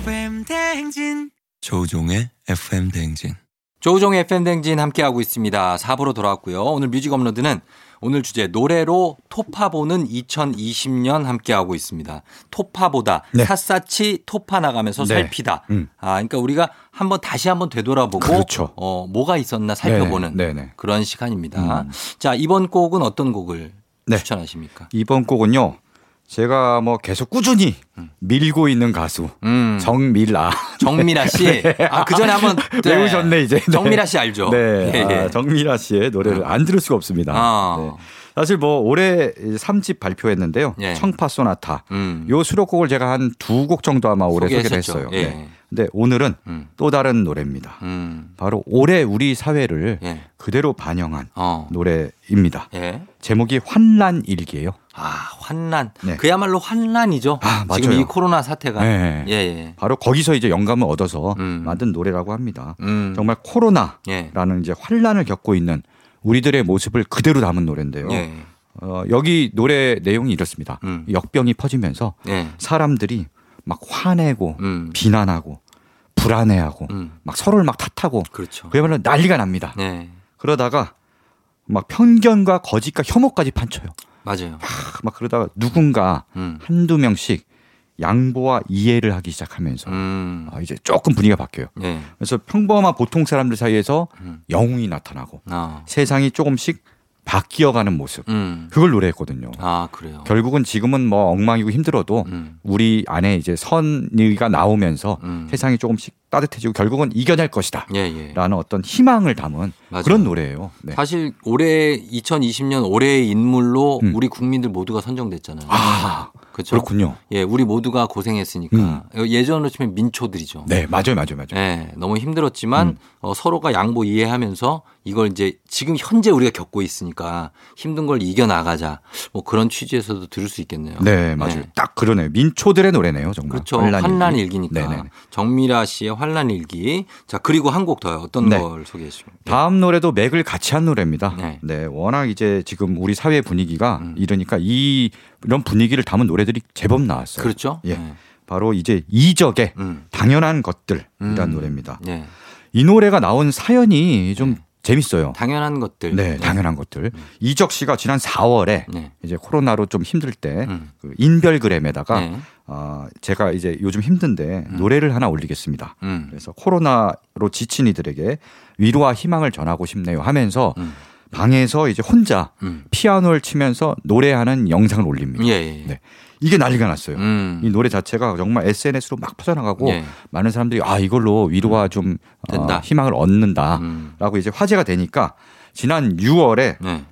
[SPEAKER 6] FM 대행진
[SPEAKER 7] 조종의 FM 대행진.
[SPEAKER 1] 조우종의 팬댕진 함께하고 있습니다. 4부로 돌아왔고요. 오늘 뮤직 업로드는 오늘 주제 노래로 토파보는 2020년 함께하고 있습니다. 토파보다
[SPEAKER 5] 네.
[SPEAKER 1] 샅샅이 토파 나가면서
[SPEAKER 5] 네.
[SPEAKER 1] 살피다.
[SPEAKER 5] 음.
[SPEAKER 1] 아, 그러니까 우리가 한번 다시 한번 되돌아보고
[SPEAKER 5] 그렇죠.
[SPEAKER 1] 어, 뭐가 있었나 살펴보는
[SPEAKER 5] 네, 네, 네.
[SPEAKER 1] 그런 시간입니다.
[SPEAKER 5] 음.
[SPEAKER 1] 자, 이번 곡은 어떤 곡을
[SPEAKER 5] 네.
[SPEAKER 1] 추천하십니까?
[SPEAKER 5] 이번 곡은요. 제가 뭐 계속 꾸준히 밀고 있는 가수
[SPEAKER 1] 음.
[SPEAKER 5] 정밀아
[SPEAKER 1] 정미라 씨. 아, 그 전에 한번 네.
[SPEAKER 5] 배우셨네 이제. 네.
[SPEAKER 1] 정미라 씨 알죠?
[SPEAKER 5] 네,
[SPEAKER 1] 예, 예.
[SPEAKER 5] 아, 정미라 씨의 노래를 안 들을 수가 없습니다.
[SPEAKER 1] 아.
[SPEAKER 5] 네. 사실 뭐 올해 3집 발표했는데요.
[SPEAKER 1] 예.
[SPEAKER 5] 청파 소나타.
[SPEAKER 1] 음.
[SPEAKER 5] 요 수록곡을 제가 한 두 곡 정도 아마 올해 소개를
[SPEAKER 1] 소개했었죠.
[SPEAKER 5] 했어요.
[SPEAKER 1] 예.
[SPEAKER 5] 네. 근데 오늘은
[SPEAKER 1] 음.
[SPEAKER 5] 또 다른 노래입니다.
[SPEAKER 1] 음.
[SPEAKER 5] 바로 올해 우리 사회를
[SPEAKER 1] 예.
[SPEAKER 5] 그대로 반영한
[SPEAKER 1] 어.
[SPEAKER 5] 노래입니다.
[SPEAKER 1] 예.
[SPEAKER 5] 제목이 환란 일기예요.
[SPEAKER 1] 아, 환란.
[SPEAKER 5] 네.
[SPEAKER 1] 그야말로 환란이죠.
[SPEAKER 5] 아,
[SPEAKER 1] 지금
[SPEAKER 5] 맞아요.
[SPEAKER 1] 이 코로나 사태가.
[SPEAKER 5] 네.
[SPEAKER 1] 예, 예.
[SPEAKER 5] 바로 거기서 이제 영감을 얻어서
[SPEAKER 1] 음.
[SPEAKER 5] 만든 노래라고 합니다.
[SPEAKER 1] 음.
[SPEAKER 5] 정말 코로나라는
[SPEAKER 1] 예.
[SPEAKER 5] 이제 환란을 겪고 있는 우리들의 모습을 그대로 담은 노래인데요.
[SPEAKER 1] 예.
[SPEAKER 5] 어, 여기 노래 내용이 이렇습니다.
[SPEAKER 1] 음.
[SPEAKER 5] 역병이 퍼지면서
[SPEAKER 1] 예.
[SPEAKER 5] 사람들이 막 화내고
[SPEAKER 1] 음.
[SPEAKER 5] 비난하고 불안해하고
[SPEAKER 1] 음.
[SPEAKER 5] 막 서로를 막 탓하고
[SPEAKER 1] 그렇죠.
[SPEAKER 5] 그야말로 난리가 납니다.
[SPEAKER 1] 네.
[SPEAKER 5] 그러다가 막 편견과 거짓과 혐오까지 판쳐요.
[SPEAKER 1] 맞아요.
[SPEAKER 5] 막 그러다가 누군가
[SPEAKER 1] 음.
[SPEAKER 5] 한두 명씩 양보와 이해를 하기 시작하면서
[SPEAKER 1] 음.
[SPEAKER 5] 아, 이제 조금 분위기가 바뀌어요.
[SPEAKER 1] 예.
[SPEAKER 5] 그래서 평범한 보통 사람들 사이에서
[SPEAKER 1] 음.
[SPEAKER 5] 영웅이 나타나고
[SPEAKER 1] 아.
[SPEAKER 5] 세상이 조금씩 바뀌어가는 모습
[SPEAKER 1] 음.
[SPEAKER 5] 그걸 노래했거든요.
[SPEAKER 1] 아, 그래요.
[SPEAKER 5] 결국은 지금은 뭐 엉망이고 힘들어도
[SPEAKER 1] 음.
[SPEAKER 5] 우리 안에 이제 선의가 나오면서
[SPEAKER 1] 음.
[SPEAKER 5] 세상이 조금씩 따뜻해지고 결국은 이겨낼 것이다.
[SPEAKER 1] 예, 예.
[SPEAKER 5] 라는 어떤 희망을 담은
[SPEAKER 1] 맞아요.
[SPEAKER 5] 그런 노래예요. 아, 네.
[SPEAKER 1] 사실 올해 2020년 올해의 인물로
[SPEAKER 5] 음.
[SPEAKER 1] 우리 국민들 모두가 선정됐잖아요.
[SPEAKER 5] 아,
[SPEAKER 1] 그렇죠.
[SPEAKER 5] 그렇군요.
[SPEAKER 1] 예, 우리 모두가 고생했으니까 예전으로 치면 민초들이죠.
[SPEAKER 5] 음. 네, 음. 맞아요, 맞아요, 맞아요.
[SPEAKER 1] 예, 너무 힘들었지만 어, 서로가 양보 이해하면서 이걸 이제 지금 현재 우리가 겪고 있으니까 힘든 걸 이겨 나가자. 뭐 그런 취지에서도 들을 수 있겠네요.
[SPEAKER 5] 네, 맞아요.
[SPEAKER 1] 예.
[SPEAKER 5] 딱 그러네요. 민초들의 노래네요, 정말.
[SPEAKER 1] 그렇죠.
[SPEAKER 5] 환란 일기.
[SPEAKER 1] 환란 일기니까.
[SPEAKER 5] 네네.
[SPEAKER 1] 정미라 씨의 환란 일기. 자, 그리고 한 곡 더요. 어떤
[SPEAKER 5] 네.
[SPEAKER 1] 걸 소개해 주시면.
[SPEAKER 5] 다음 노래도 맥을 같이 한 노래입니다.
[SPEAKER 1] 네.
[SPEAKER 5] 네. 워낙 이제 지금 우리 사회 분위기가
[SPEAKER 1] 음.
[SPEAKER 5] 이러니까 이 이런 분위기를 담은 노래들이 제법 나왔어요.
[SPEAKER 1] 그렇죠?
[SPEAKER 5] 예.
[SPEAKER 1] 네.
[SPEAKER 5] 바로 이제 이적의
[SPEAKER 1] 음.
[SPEAKER 5] 당연한 것들이라는
[SPEAKER 1] 음.
[SPEAKER 5] 노래입니다.
[SPEAKER 1] 예.
[SPEAKER 5] 이 노래가 나온 사연이 좀
[SPEAKER 1] 네.
[SPEAKER 5] 재밌어요.
[SPEAKER 1] 당연한 것들.
[SPEAKER 5] 네, 당연한 것들.
[SPEAKER 1] 음.
[SPEAKER 5] 이적 씨가 지난 4월에
[SPEAKER 1] 네.
[SPEAKER 5] 이제 코로나로 좀 힘들 때
[SPEAKER 1] 음.
[SPEAKER 5] 그 인별그램에다가
[SPEAKER 1] 네.
[SPEAKER 5] 아, 제가 이제 요즘 힘든데 노래를 하나 올리겠습니다.
[SPEAKER 1] 음.
[SPEAKER 5] 그래서 코로나로 지친 이들에게 위로와 희망을 전하고 싶네요 하면서
[SPEAKER 1] 음.
[SPEAKER 5] 방에서 이제 혼자
[SPEAKER 1] 음.
[SPEAKER 5] 피아노를 치면서 노래하는 영상을 올립니다.
[SPEAKER 1] 예, 예.
[SPEAKER 5] 네. 이게 난리가 났어요.
[SPEAKER 1] 음.
[SPEAKER 5] 이 노래 자체가 정말 SNS로 막 퍼져나가고
[SPEAKER 1] 예. 음.
[SPEAKER 5] 많은 사람들이 아 이걸로 위로와 좀 어,
[SPEAKER 1] 된다.
[SPEAKER 5] 희망을 얻는다라고
[SPEAKER 1] 음.
[SPEAKER 5] 이제 화제가 되니까 지난 6월에
[SPEAKER 1] 네.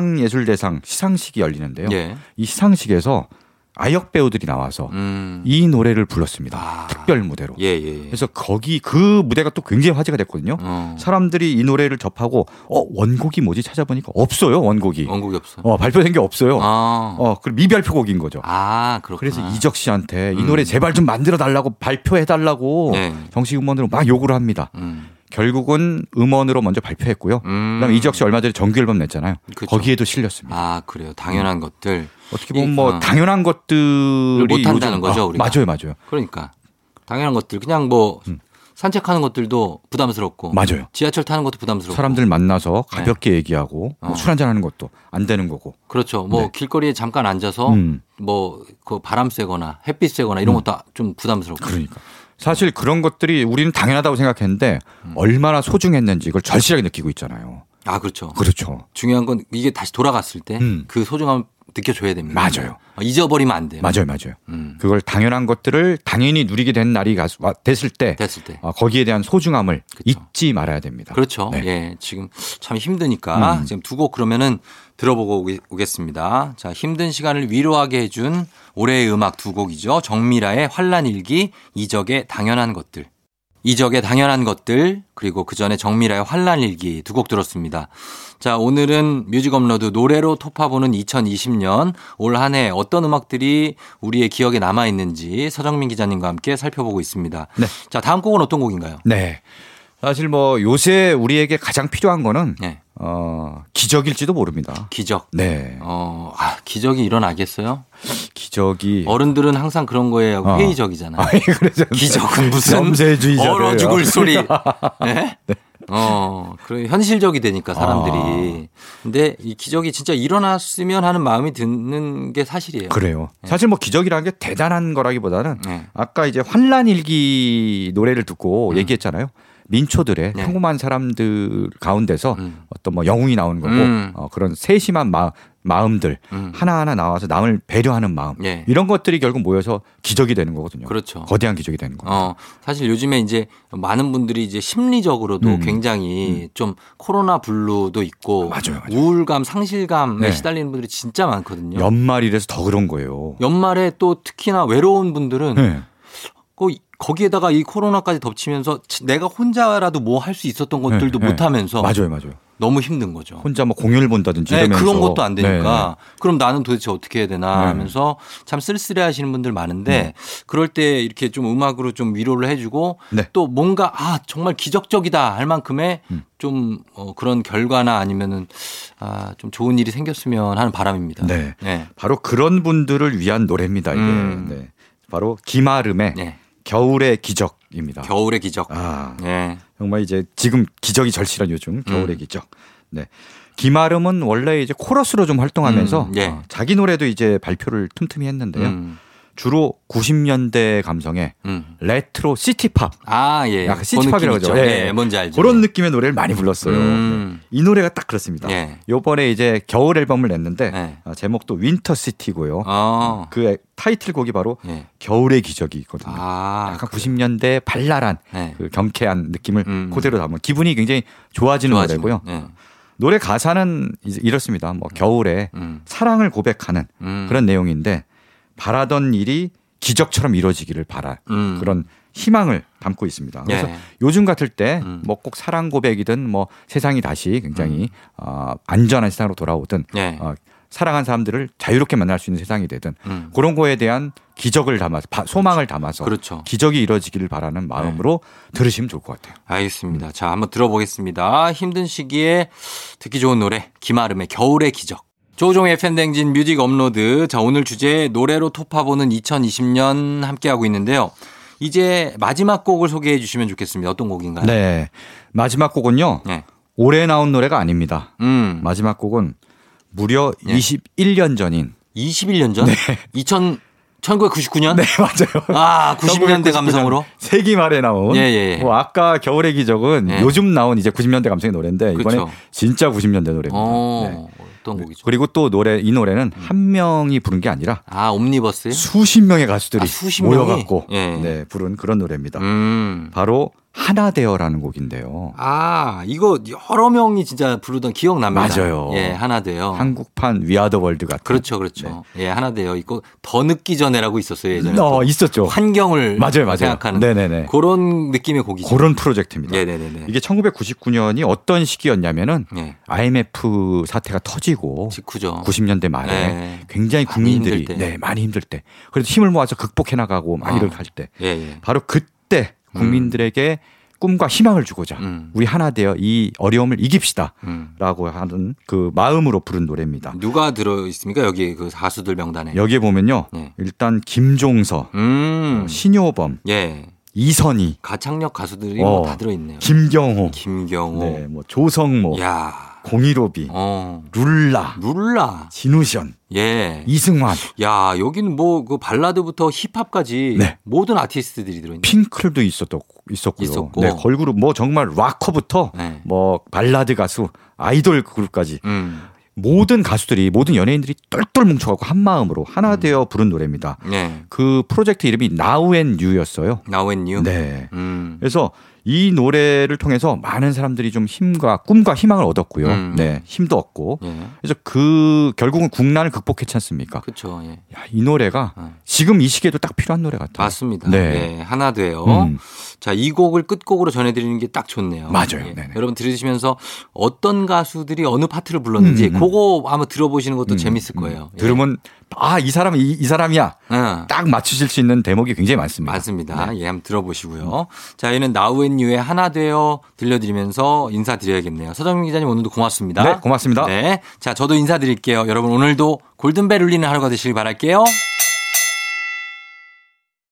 [SPEAKER 5] 백상예술대상 시상식이 열리는데요.
[SPEAKER 1] 예.
[SPEAKER 5] 이 시상식에서 아역 배우들이 나와서
[SPEAKER 1] 음.
[SPEAKER 5] 이 노래를 불렀습니다.
[SPEAKER 1] 아.
[SPEAKER 5] 특별 무대로.
[SPEAKER 1] 예, 예. 예.
[SPEAKER 5] 그래서 거기 그 무대가 또 굉장히 화제가 됐거든요.
[SPEAKER 1] 어.
[SPEAKER 5] 사람들이 이 노래를 접하고 어 원곡이 뭐지 찾아보니까 없어요 원곡이.
[SPEAKER 1] 원곡이 없어.
[SPEAKER 5] 어 발표된 게 없어요.
[SPEAKER 1] 아.
[SPEAKER 5] 어 그 미발표곡인 거죠.
[SPEAKER 1] 아, 그렇구나.
[SPEAKER 5] 그래서 이적 씨한테 이
[SPEAKER 1] 음.
[SPEAKER 5] 노래 제발 좀 만들어 달라고 발표해 달라고
[SPEAKER 1] 네.
[SPEAKER 5] 정식 음원으로 막 요구를 합니다.
[SPEAKER 1] 음.
[SPEAKER 5] 결국은 음원으로 먼저 발표했고요.
[SPEAKER 1] 음.
[SPEAKER 5] 그다음 에 이적 씨 얼마 전에 정규 앨범 냈잖아요.
[SPEAKER 1] 그쵸.
[SPEAKER 5] 거기에도 실렸습니다.
[SPEAKER 1] 아, 그래요.
[SPEAKER 5] 음.
[SPEAKER 1] 당연한 것들.
[SPEAKER 5] 어떻게 보면
[SPEAKER 1] 이-
[SPEAKER 5] 뭐 당연한 것들이
[SPEAKER 1] 예. 못한다는
[SPEAKER 5] 요즘-
[SPEAKER 1] 거죠,
[SPEAKER 5] 아,
[SPEAKER 1] 우리가.
[SPEAKER 5] 맞아요, 맞아요.
[SPEAKER 1] 그러니까 당연한 것들 그냥 뭐 산책하는 것들도 부담스럽고
[SPEAKER 5] 음. 맞아요.
[SPEAKER 1] 지하철 타는 것도 부담스럽고 네.
[SPEAKER 5] 사람들 만나서 가볍게 얘기하고 뭐
[SPEAKER 1] 어.
[SPEAKER 5] 술 한잔 하는 것도 안 되는 거고.
[SPEAKER 1] 그렇죠. 뭐
[SPEAKER 5] 네.
[SPEAKER 1] 길거리에 잠깐 앉아서
[SPEAKER 5] 음.
[SPEAKER 1] 뭐 그 바람 쐬거나 햇빛 쐬거나 이런 것도 좀 부담스럽고
[SPEAKER 5] 그러니까. 사실 그런 것들이 우리는 당연하다고 생각했는데
[SPEAKER 1] 음.
[SPEAKER 5] 얼마나 소중했는지 이걸 절실하게 느끼고 있잖아요.
[SPEAKER 1] 아 그렇죠.
[SPEAKER 5] 그렇죠.
[SPEAKER 1] 중요한 건 이게 다시 돌아갔을 때 그
[SPEAKER 5] 음.
[SPEAKER 1] 소중함 느껴줘야 됩니다.
[SPEAKER 5] 맞아요.
[SPEAKER 1] 아, 잊어버리면 안 돼요.
[SPEAKER 5] 맞아요, 맞아요.
[SPEAKER 1] 음.
[SPEAKER 5] 그걸 당연한 것들을 당연히 누리게 된 날이 가- 와- 됐을 때
[SPEAKER 1] 됐을 때.
[SPEAKER 5] 아, 거기에 대한 소중함을
[SPEAKER 1] 그쵸.
[SPEAKER 5] 잊지 말아야 됩니다.
[SPEAKER 1] 그렇죠.
[SPEAKER 5] 네. 음.
[SPEAKER 1] 예. 지금 참 힘드니까 지금 두 곡 그러면은 들어보고 오게- 오겠습니다. 자, 힘든 시간을 위로하게 해준 올해의 음악 두 곡이죠. 정미라의 환란일기, 이적의 당연한 것들. 이적의 당연한 것들 그리고 그 전에 정미라의 환란일기 두 곡 들었습니다. 자 오늘은 뮤직 업로드 노래로 톱파보는 2020년 올 한 해 어떤 음악들이 우리의 기억에 남아 있는지 서정민 기자님과 함께 살펴보고 있습니다.
[SPEAKER 5] 네.
[SPEAKER 1] 자 다음 곡은 어떤 곡인가요?
[SPEAKER 5] 네. 사실 뭐 요새 우리에게 가장 필요한 거는
[SPEAKER 1] 네
[SPEAKER 5] 어, 기적일지도 모릅니다.
[SPEAKER 1] 기적.
[SPEAKER 5] 네.
[SPEAKER 1] 어, 아, 기적이 일어나겠어요?
[SPEAKER 5] 기적이
[SPEAKER 1] 어른들은 항상 그런 거에
[SPEAKER 5] 예. 어.
[SPEAKER 1] 회의적이잖아요.
[SPEAKER 5] 아니, 그래서
[SPEAKER 1] 기적은 무슨
[SPEAKER 5] 염세주의자래요.
[SPEAKER 1] 얼어 죽을 소리. 네? 어, 그래 현실적이 되니까 사람들이.
[SPEAKER 5] 아.
[SPEAKER 1] 근데 이 기적이 진짜 일어났으면 하는 마음이 드는 게 사실이에요.
[SPEAKER 5] 그래요.
[SPEAKER 1] 예.
[SPEAKER 5] 사실 뭐 기적이라는 게 대단한 거라기보다는
[SPEAKER 1] 네.
[SPEAKER 5] 아까 이제 환란일기 노래를 듣고 얘기했잖아요. 민초들의
[SPEAKER 1] 음. 네.
[SPEAKER 5] 평범한 사람들 가운데서
[SPEAKER 1] 음.
[SPEAKER 5] 어떤 뭐 영웅이 나오는 거고
[SPEAKER 1] 음.
[SPEAKER 5] 어, 그런 세심한 마, 마음들
[SPEAKER 1] 음.
[SPEAKER 5] 하나하나 나와서 남을 배려하는 마음
[SPEAKER 1] 예.
[SPEAKER 5] 이런 것들이 결국 모여서 기적이 되는 거거든요.
[SPEAKER 1] 그렇죠.
[SPEAKER 5] 거대한 기적이 되는 거예요.
[SPEAKER 1] 어, 사실 요즘에 이제 많은 분들이 이제 심리적으로도
[SPEAKER 5] 음.
[SPEAKER 1] 굉장히 좀 코로나 블루도 있고
[SPEAKER 5] 맞아요, 맞아요.
[SPEAKER 1] 우울감, 상실감에
[SPEAKER 5] 네.
[SPEAKER 1] 시달리는 분들이 진짜 많거든요.
[SPEAKER 5] 연말이라서 더 그런 거예요.
[SPEAKER 1] 연말에 또 특히나 외로운 분들은
[SPEAKER 5] 네.
[SPEAKER 1] 그 거기에다가 이 코로나까지 덮치면서 지- 내가 혼자라도 뭐 할 수 있었던 것들도
[SPEAKER 5] 네, 네.
[SPEAKER 1] 못하면서
[SPEAKER 5] 맞아요, 맞아요.
[SPEAKER 1] 너무 힘든 거죠.
[SPEAKER 5] 혼자 뭐 공연을 본다든지
[SPEAKER 1] 네,
[SPEAKER 5] 이러면서
[SPEAKER 1] 그런 것도 안
[SPEAKER 5] 네, 네.
[SPEAKER 1] 되니까 그럼 나는 도대체 어떻게 해야 되나
[SPEAKER 5] 네.
[SPEAKER 1] 하면서 참 쓸쓸해하시는 분들 많은데 그럴 때 이렇게 좀 음악으로 좀 위로를 해주고
[SPEAKER 5] 네.
[SPEAKER 1] 또 뭔가 아 정말 기적적이다 할 만큼의
[SPEAKER 5] 음.
[SPEAKER 1] 좀 어, 그런 결과나 아니면은 아, 좀 좋은 일이 생겼으면 하는 바람입니다.
[SPEAKER 5] 네.
[SPEAKER 1] 네.
[SPEAKER 5] 바로 그런 분들을 위한 노래입니다. 이게
[SPEAKER 1] 음.
[SPEAKER 5] 네. 바로 김아름의
[SPEAKER 1] 네.
[SPEAKER 5] 겨울의 기적입니다.
[SPEAKER 1] 겨울의 기적.
[SPEAKER 5] 아
[SPEAKER 1] 네.
[SPEAKER 5] 정말 이제 지금 기적이 절실한 요즘
[SPEAKER 1] 음.
[SPEAKER 5] 겨울의 기적. 네. 김아름은 원래 이제 코러스로 좀 활동하면서 아,
[SPEAKER 1] 음, 예.
[SPEAKER 5] 어, 자기 노래도 이제 발표를 틈틈이 했는데요.
[SPEAKER 1] 음.
[SPEAKER 5] 주로 90년대 감성의
[SPEAKER 1] 음.
[SPEAKER 5] 레트로 시티팝
[SPEAKER 1] 아, 예.
[SPEAKER 5] 약간
[SPEAKER 1] 그 느낌
[SPEAKER 5] 시티팝이라고
[SPEAKER 1] 있죠.
[SPEAKER 5] 하죠.
[SPEAKER 1] 예, 뭔지 알죠.
[SPEAKER 5] 그런 느낌의 노래를 많이 불렀어요.
[SPEAKER 1] 음.
[SPEAKER 5] 네. 이 노래가 딱 그렇습니다.
[SPEAKER 1] 예.
[SPEAKER 5] 요번에 이제 겨울 앨범을 냈는데
[SPEAKER 1] 네.
[SPEAKER 5] 아, 제목도 윈터 시티고요.
[SPEAKER 1] 어.
[SPEAKER 5] 그 애- 타이틀곡이 바로
[SPEAKER 1] 예.
[SPEAKER 5] 겨울의 기적이거든요.
[SPEAKER 1] 아.
[SPEAKER 5] 약간 90년대 발랄한
[SPEAKER 1] 네.
[SPEAKER 5] 그 경쾌한 느낌을
[SPEAKER 1] 음.
[SPEAKER 5] 그대로 담은 기분이 굉장히 좋아지는
[SPEAKER 1] 좋아지고.
[SPEAKER 5] 노래고요.
[SPEAKER 1] 예.
[SPEAKER 5] 노래 가사는 이제 이렇습니다. 뭐 겨울에
[SPEAKER 1] 음.
[SPEAKER 5] 사랑을 고백하는
[SPEAKER 1] 음.
[SPEAKER 5] 그런 내용인데 바라던 일이 기적처럼 이루어지기를 바라
[SPEAKER 1] 음.
[SPEAKER 5] 그런 희망을 담고 있습니다. 그래서
[SPEAKER 1] 예.
[SPEAKER 5] 요즘 같을 때 뭐
[SPEAKER 1] 음.
[SPEAKER 5] 꼭 사랑 고백이든 뭐 세상이 다시 굉장히
[SPEAKER 1] 음.
[SPEAKER 5] 어, 안전한 세상으로 돌아오든
[SPEAKER 1] 예.
[SPEAKER 5] 어, 사랑한 사람들을 자유롭게 만날 수 있는 세상이 되든
[SPEAKER 1] 음.
[SPEAKER 5] 그런 거에 대한 기적을 담아서 바- 소망을 담아서
[SPEAKER 1] 그렇죠. 네.
[SPEAKER 5] 기적이 이루어지기를 바라는 마음으로 들으시면 좋을 것 같아요.
[SPEAKER 1] 알겠습니다. 자, 한번 들어보겠습니다. 힘든 시기에 듣기 좋은 노래, 김아름의 겨울의 기적. 조종의 팬댕진 뮤직 업로드. 자, 오늘 주제 노래로 톱파보는 2020년 함께하고 있는데요. 이제 마지막 곡을 소개해 주시면 좋겠습니다. 어떤 곡인가요?
[SPEAKER 5] 네. 마지막 곡은요.
[SPEAKER 1] 네.
[SPEAKER 5] 올해 나온 노래가 아닙니다.
[SPEAKER 1] 음.
[SPEAKER 5] 마지막 곡은 무려
[SPEAKER 1] 예.
[SPEAKER 5] 21년 전인
[SPEAKER 1] 21년 전? 2000, 1999년?
[SPEAKER 5] 맞아요.
[SPEAKER 1] 아, 90년대 네, 감성으로?
[SPEAKER 5] 세기 말에 나온
[SPEAKER 1] 예, 예, 예.
[SPEAKER 5] 뭐 아까 겨울의 기적은
[SPEAKER 1] 예.
[SPEAKER 5] 요즘 나온 이제 90년대 감성의 노래인데 이번에
[SPEAKER 1] 그렇죠.
[SPEAKER 5] 진짜 90년대 노래입니다.
[SPEAKER 1] 어, 음.
[SPEAKER 5] 네.
[SPEAKER 1] 어떤 곡이죠?
[SPEAKER 5] 그리고 또 노래 이 노래는 한 명이 부른 게 아니라
[SPEAKER 1] 아, 옴니버스요?
[SPEAKER 5] 수십 명의 가수들이
[SPEAKER 1] 아, 수십 명이?
[SPEAKER 5] 모여갖고
[SPEAKER 1] 예.
[SPEAKER 5] 네, 부른 그런 노래입니다.
[SPEAKER 1] 음.
[SPEAKER 5] 바로 하나 되어라는 곡인데요.
[SPEAKER 1] 아, 이거 여러 명이 진짜 부르던 기억납니다.
[SPEAKER 5] 맞아요.
[SPEAKER 1] 예, 하나 돼요.
[SPEAKER 5] 한국판 위아더 월드 같은.
[SPEAKER 1] 그렇죠, 그렇죠. 예, 하나 돼요. 있고 더 늦기 전에라고 있었어요 예전에.
[SPEAKER 5] 어,
[SPEAKER 1] 또.
[SPEAKER 5] 있었죠.
[SPEAKER 1] 환경을
[SPEAKER 5] 맞아요, 맞아요.
[SPEAKER 1] 생각하는
[SPEAKER 5] 네네네.
[SPEAKER 1] 그런 느낌의 곡이죠. 예,
[SPEAKER 5] 그런 프로젝트입니다.
[SPEAKER 1] 네네네네.
[SPEAKER 5] 이게 1999년이 어떤 시기였냐면은
[SPEAKER 1] 예,
[SPEAKER 5] IMF 사태가 터지고
[SPEAKER 1] 직후죠.
[SPEAKER 5] 90년대 말에
[SPEAKER 1] 네.
[SPEAKER 5] 굉장히
[SPEAKER 1] 많이 힘들
[SPEAKER 5] 국민들이
[SPEAKER 1] 때.
[SPEAKER 5] 네, 많이 힘들 때 그래도 힘을 모아서 극복해 나가고 막
[SPEAKER 1] 어.
[SPEAKER 5] 이렇게 할때
[SPEAKER 1] 예, 예.
[SPEAKER 5] 바로 그때
[SPEAKER 1] 음.
[SPEAKER 5] 국민들에게 꿈과 희망을 주고자
[SPEAKER 1] 음,
[SPEAKER 5] 우리 하나 되어 이 어려움을 이깁시다라고
[SPEAKER 1] 음.
[SPEAKER 5] 하는 그 마음으로 부른 노래입니다.
[SPEAKER 1] 누가 들어 있습니까 여기 그 가수들 명단에?
[SPEAKER 5] 여기에 보면요.
[SPEAKER 1] 네.
[SPEAKER 5] 일단 김종서,
[SPEAKER 1] 음,
[SPEAKER 5] 신효범,
[SPEAKER 1] 예.
[SPEAKER 5] 이선희,
[SPEAKER 1] 가창력 가수들이
[SPEAKER 5] 어.
[SPEAKER 1] 뭐 다 들어 있네요.
[SPEAKER 5] 김경호,
[SPEAKER 1] 김경호.
[SPEAKER 5] 네, 뭐 조성모,
[SPEAKER 1] 야.
[SPEAKER 5] 공일오비,
[SPEAKER 1] 어.
[SPEAKER 5] 룰라,
[SPEAKER 1] 룰라.
[SPEAKER 5] 진우션,
[SPEAKER 1] 예.
[SPEAKER 5] 이승환,
[SPEAKER 1] 야, 여기는 뭐 그 발라드부터 힙합까지
[SPEAKER 5] 네.
[SPEAKER 1] 모든 아티스트들이 들어 있네.
[SPEAKER 5] 핑클도 있었고 있었고요.
[SPEAKER 1] 있었고.
[SPEAKER 5] 네, 걸그룹 뭐 정말 락커부터
[SPEAKER 1] 네.
[SPEAKER 5] 뭐 발라드 가수, 아이돌 그룹까지
[SPEAKER 1] 음.
[SPEAKER 5] 모든 가수들이 모든 연예인들이 똘똘 뭉쳐갖고 한 마음으로 하나 되어 부른 노래입니다.
[SPEAKER 1] 네.
[SPEAKER 5] 그 프로젝트 이름이 Now and You였어요.
[SPEAKER 1] Now and You.
[SPEAKER 5] 네.
[SPEAKER 1] 음.
[SPEAKER 5] 그래서 이 노래를 통해서 많은 사람들이 좀 힘과 꿈과 희망을 얻었고요.
[SPEAKER 1] 음.
[SPEAKER 5] 네, 힘도 얻고.
[SPEAKER 1] 예.
[SPEAKER 5] 그래서 그 결국은 국난을 극복했지 않습니까?
[SPEAKER 1] 그렇죠. 예.
[SPEAKER 5] 야, 이 노래가
[SPEAKER 1] 어.
[SPEAKER 5] 지금 이 시기에도 딱 필요한 노래 같아요.
[SPEAKER 1] 맞습니다.
[SPEAKER 5] 네.
[SPEAKER 1] 예, 하나 돼요.
[SPEAKER 5] 음.
[SPEAKER 1] 자, 이 곡을 끝곡으로 전해드리는 게 딱 좋네요.
[SPEAKER 5] 맞아요.
[SPEAKER 1] 예.
[SPEAKER 5] 네네.
[SPEAKER 1] 여러분 들으시면서 어떤 가수들이 어느 파트를 불렀는지
[SPEAKER 5] 음, 음.
[SPEAKER 1] 그거 아마 들어보시는 것도
[SPEAKER 5] 음,
[SPEAKER 1] 재밌을
[SPEAKER 5] 음.
[SPEAKER 1] 거예요. 예.
[SPEAKER 5] 들으면 아, 이 사람 이, 이 사람이야.
[SPEAKER 1] 응.
[SPEAKER 5] 딱 맞추실 수 있는 대목이 굉장히 많습니다. 네. 음.
[SPEAKER 1] 맞습니다. 예, 한번 들어보시고요. 자, 이는 나우앤유의 하나 되어 들려드리면서 인사드려야겠네요. 서정민 기자님 오늘도 고맙습니다.
[SPEAKER 5] 네, 고맙습니다.
[SPEAKER 1] 네. 자, 저도 인사드릴게요. 여러분 오늘도 골든벨 울리는 하루가 되시길 바랄게요.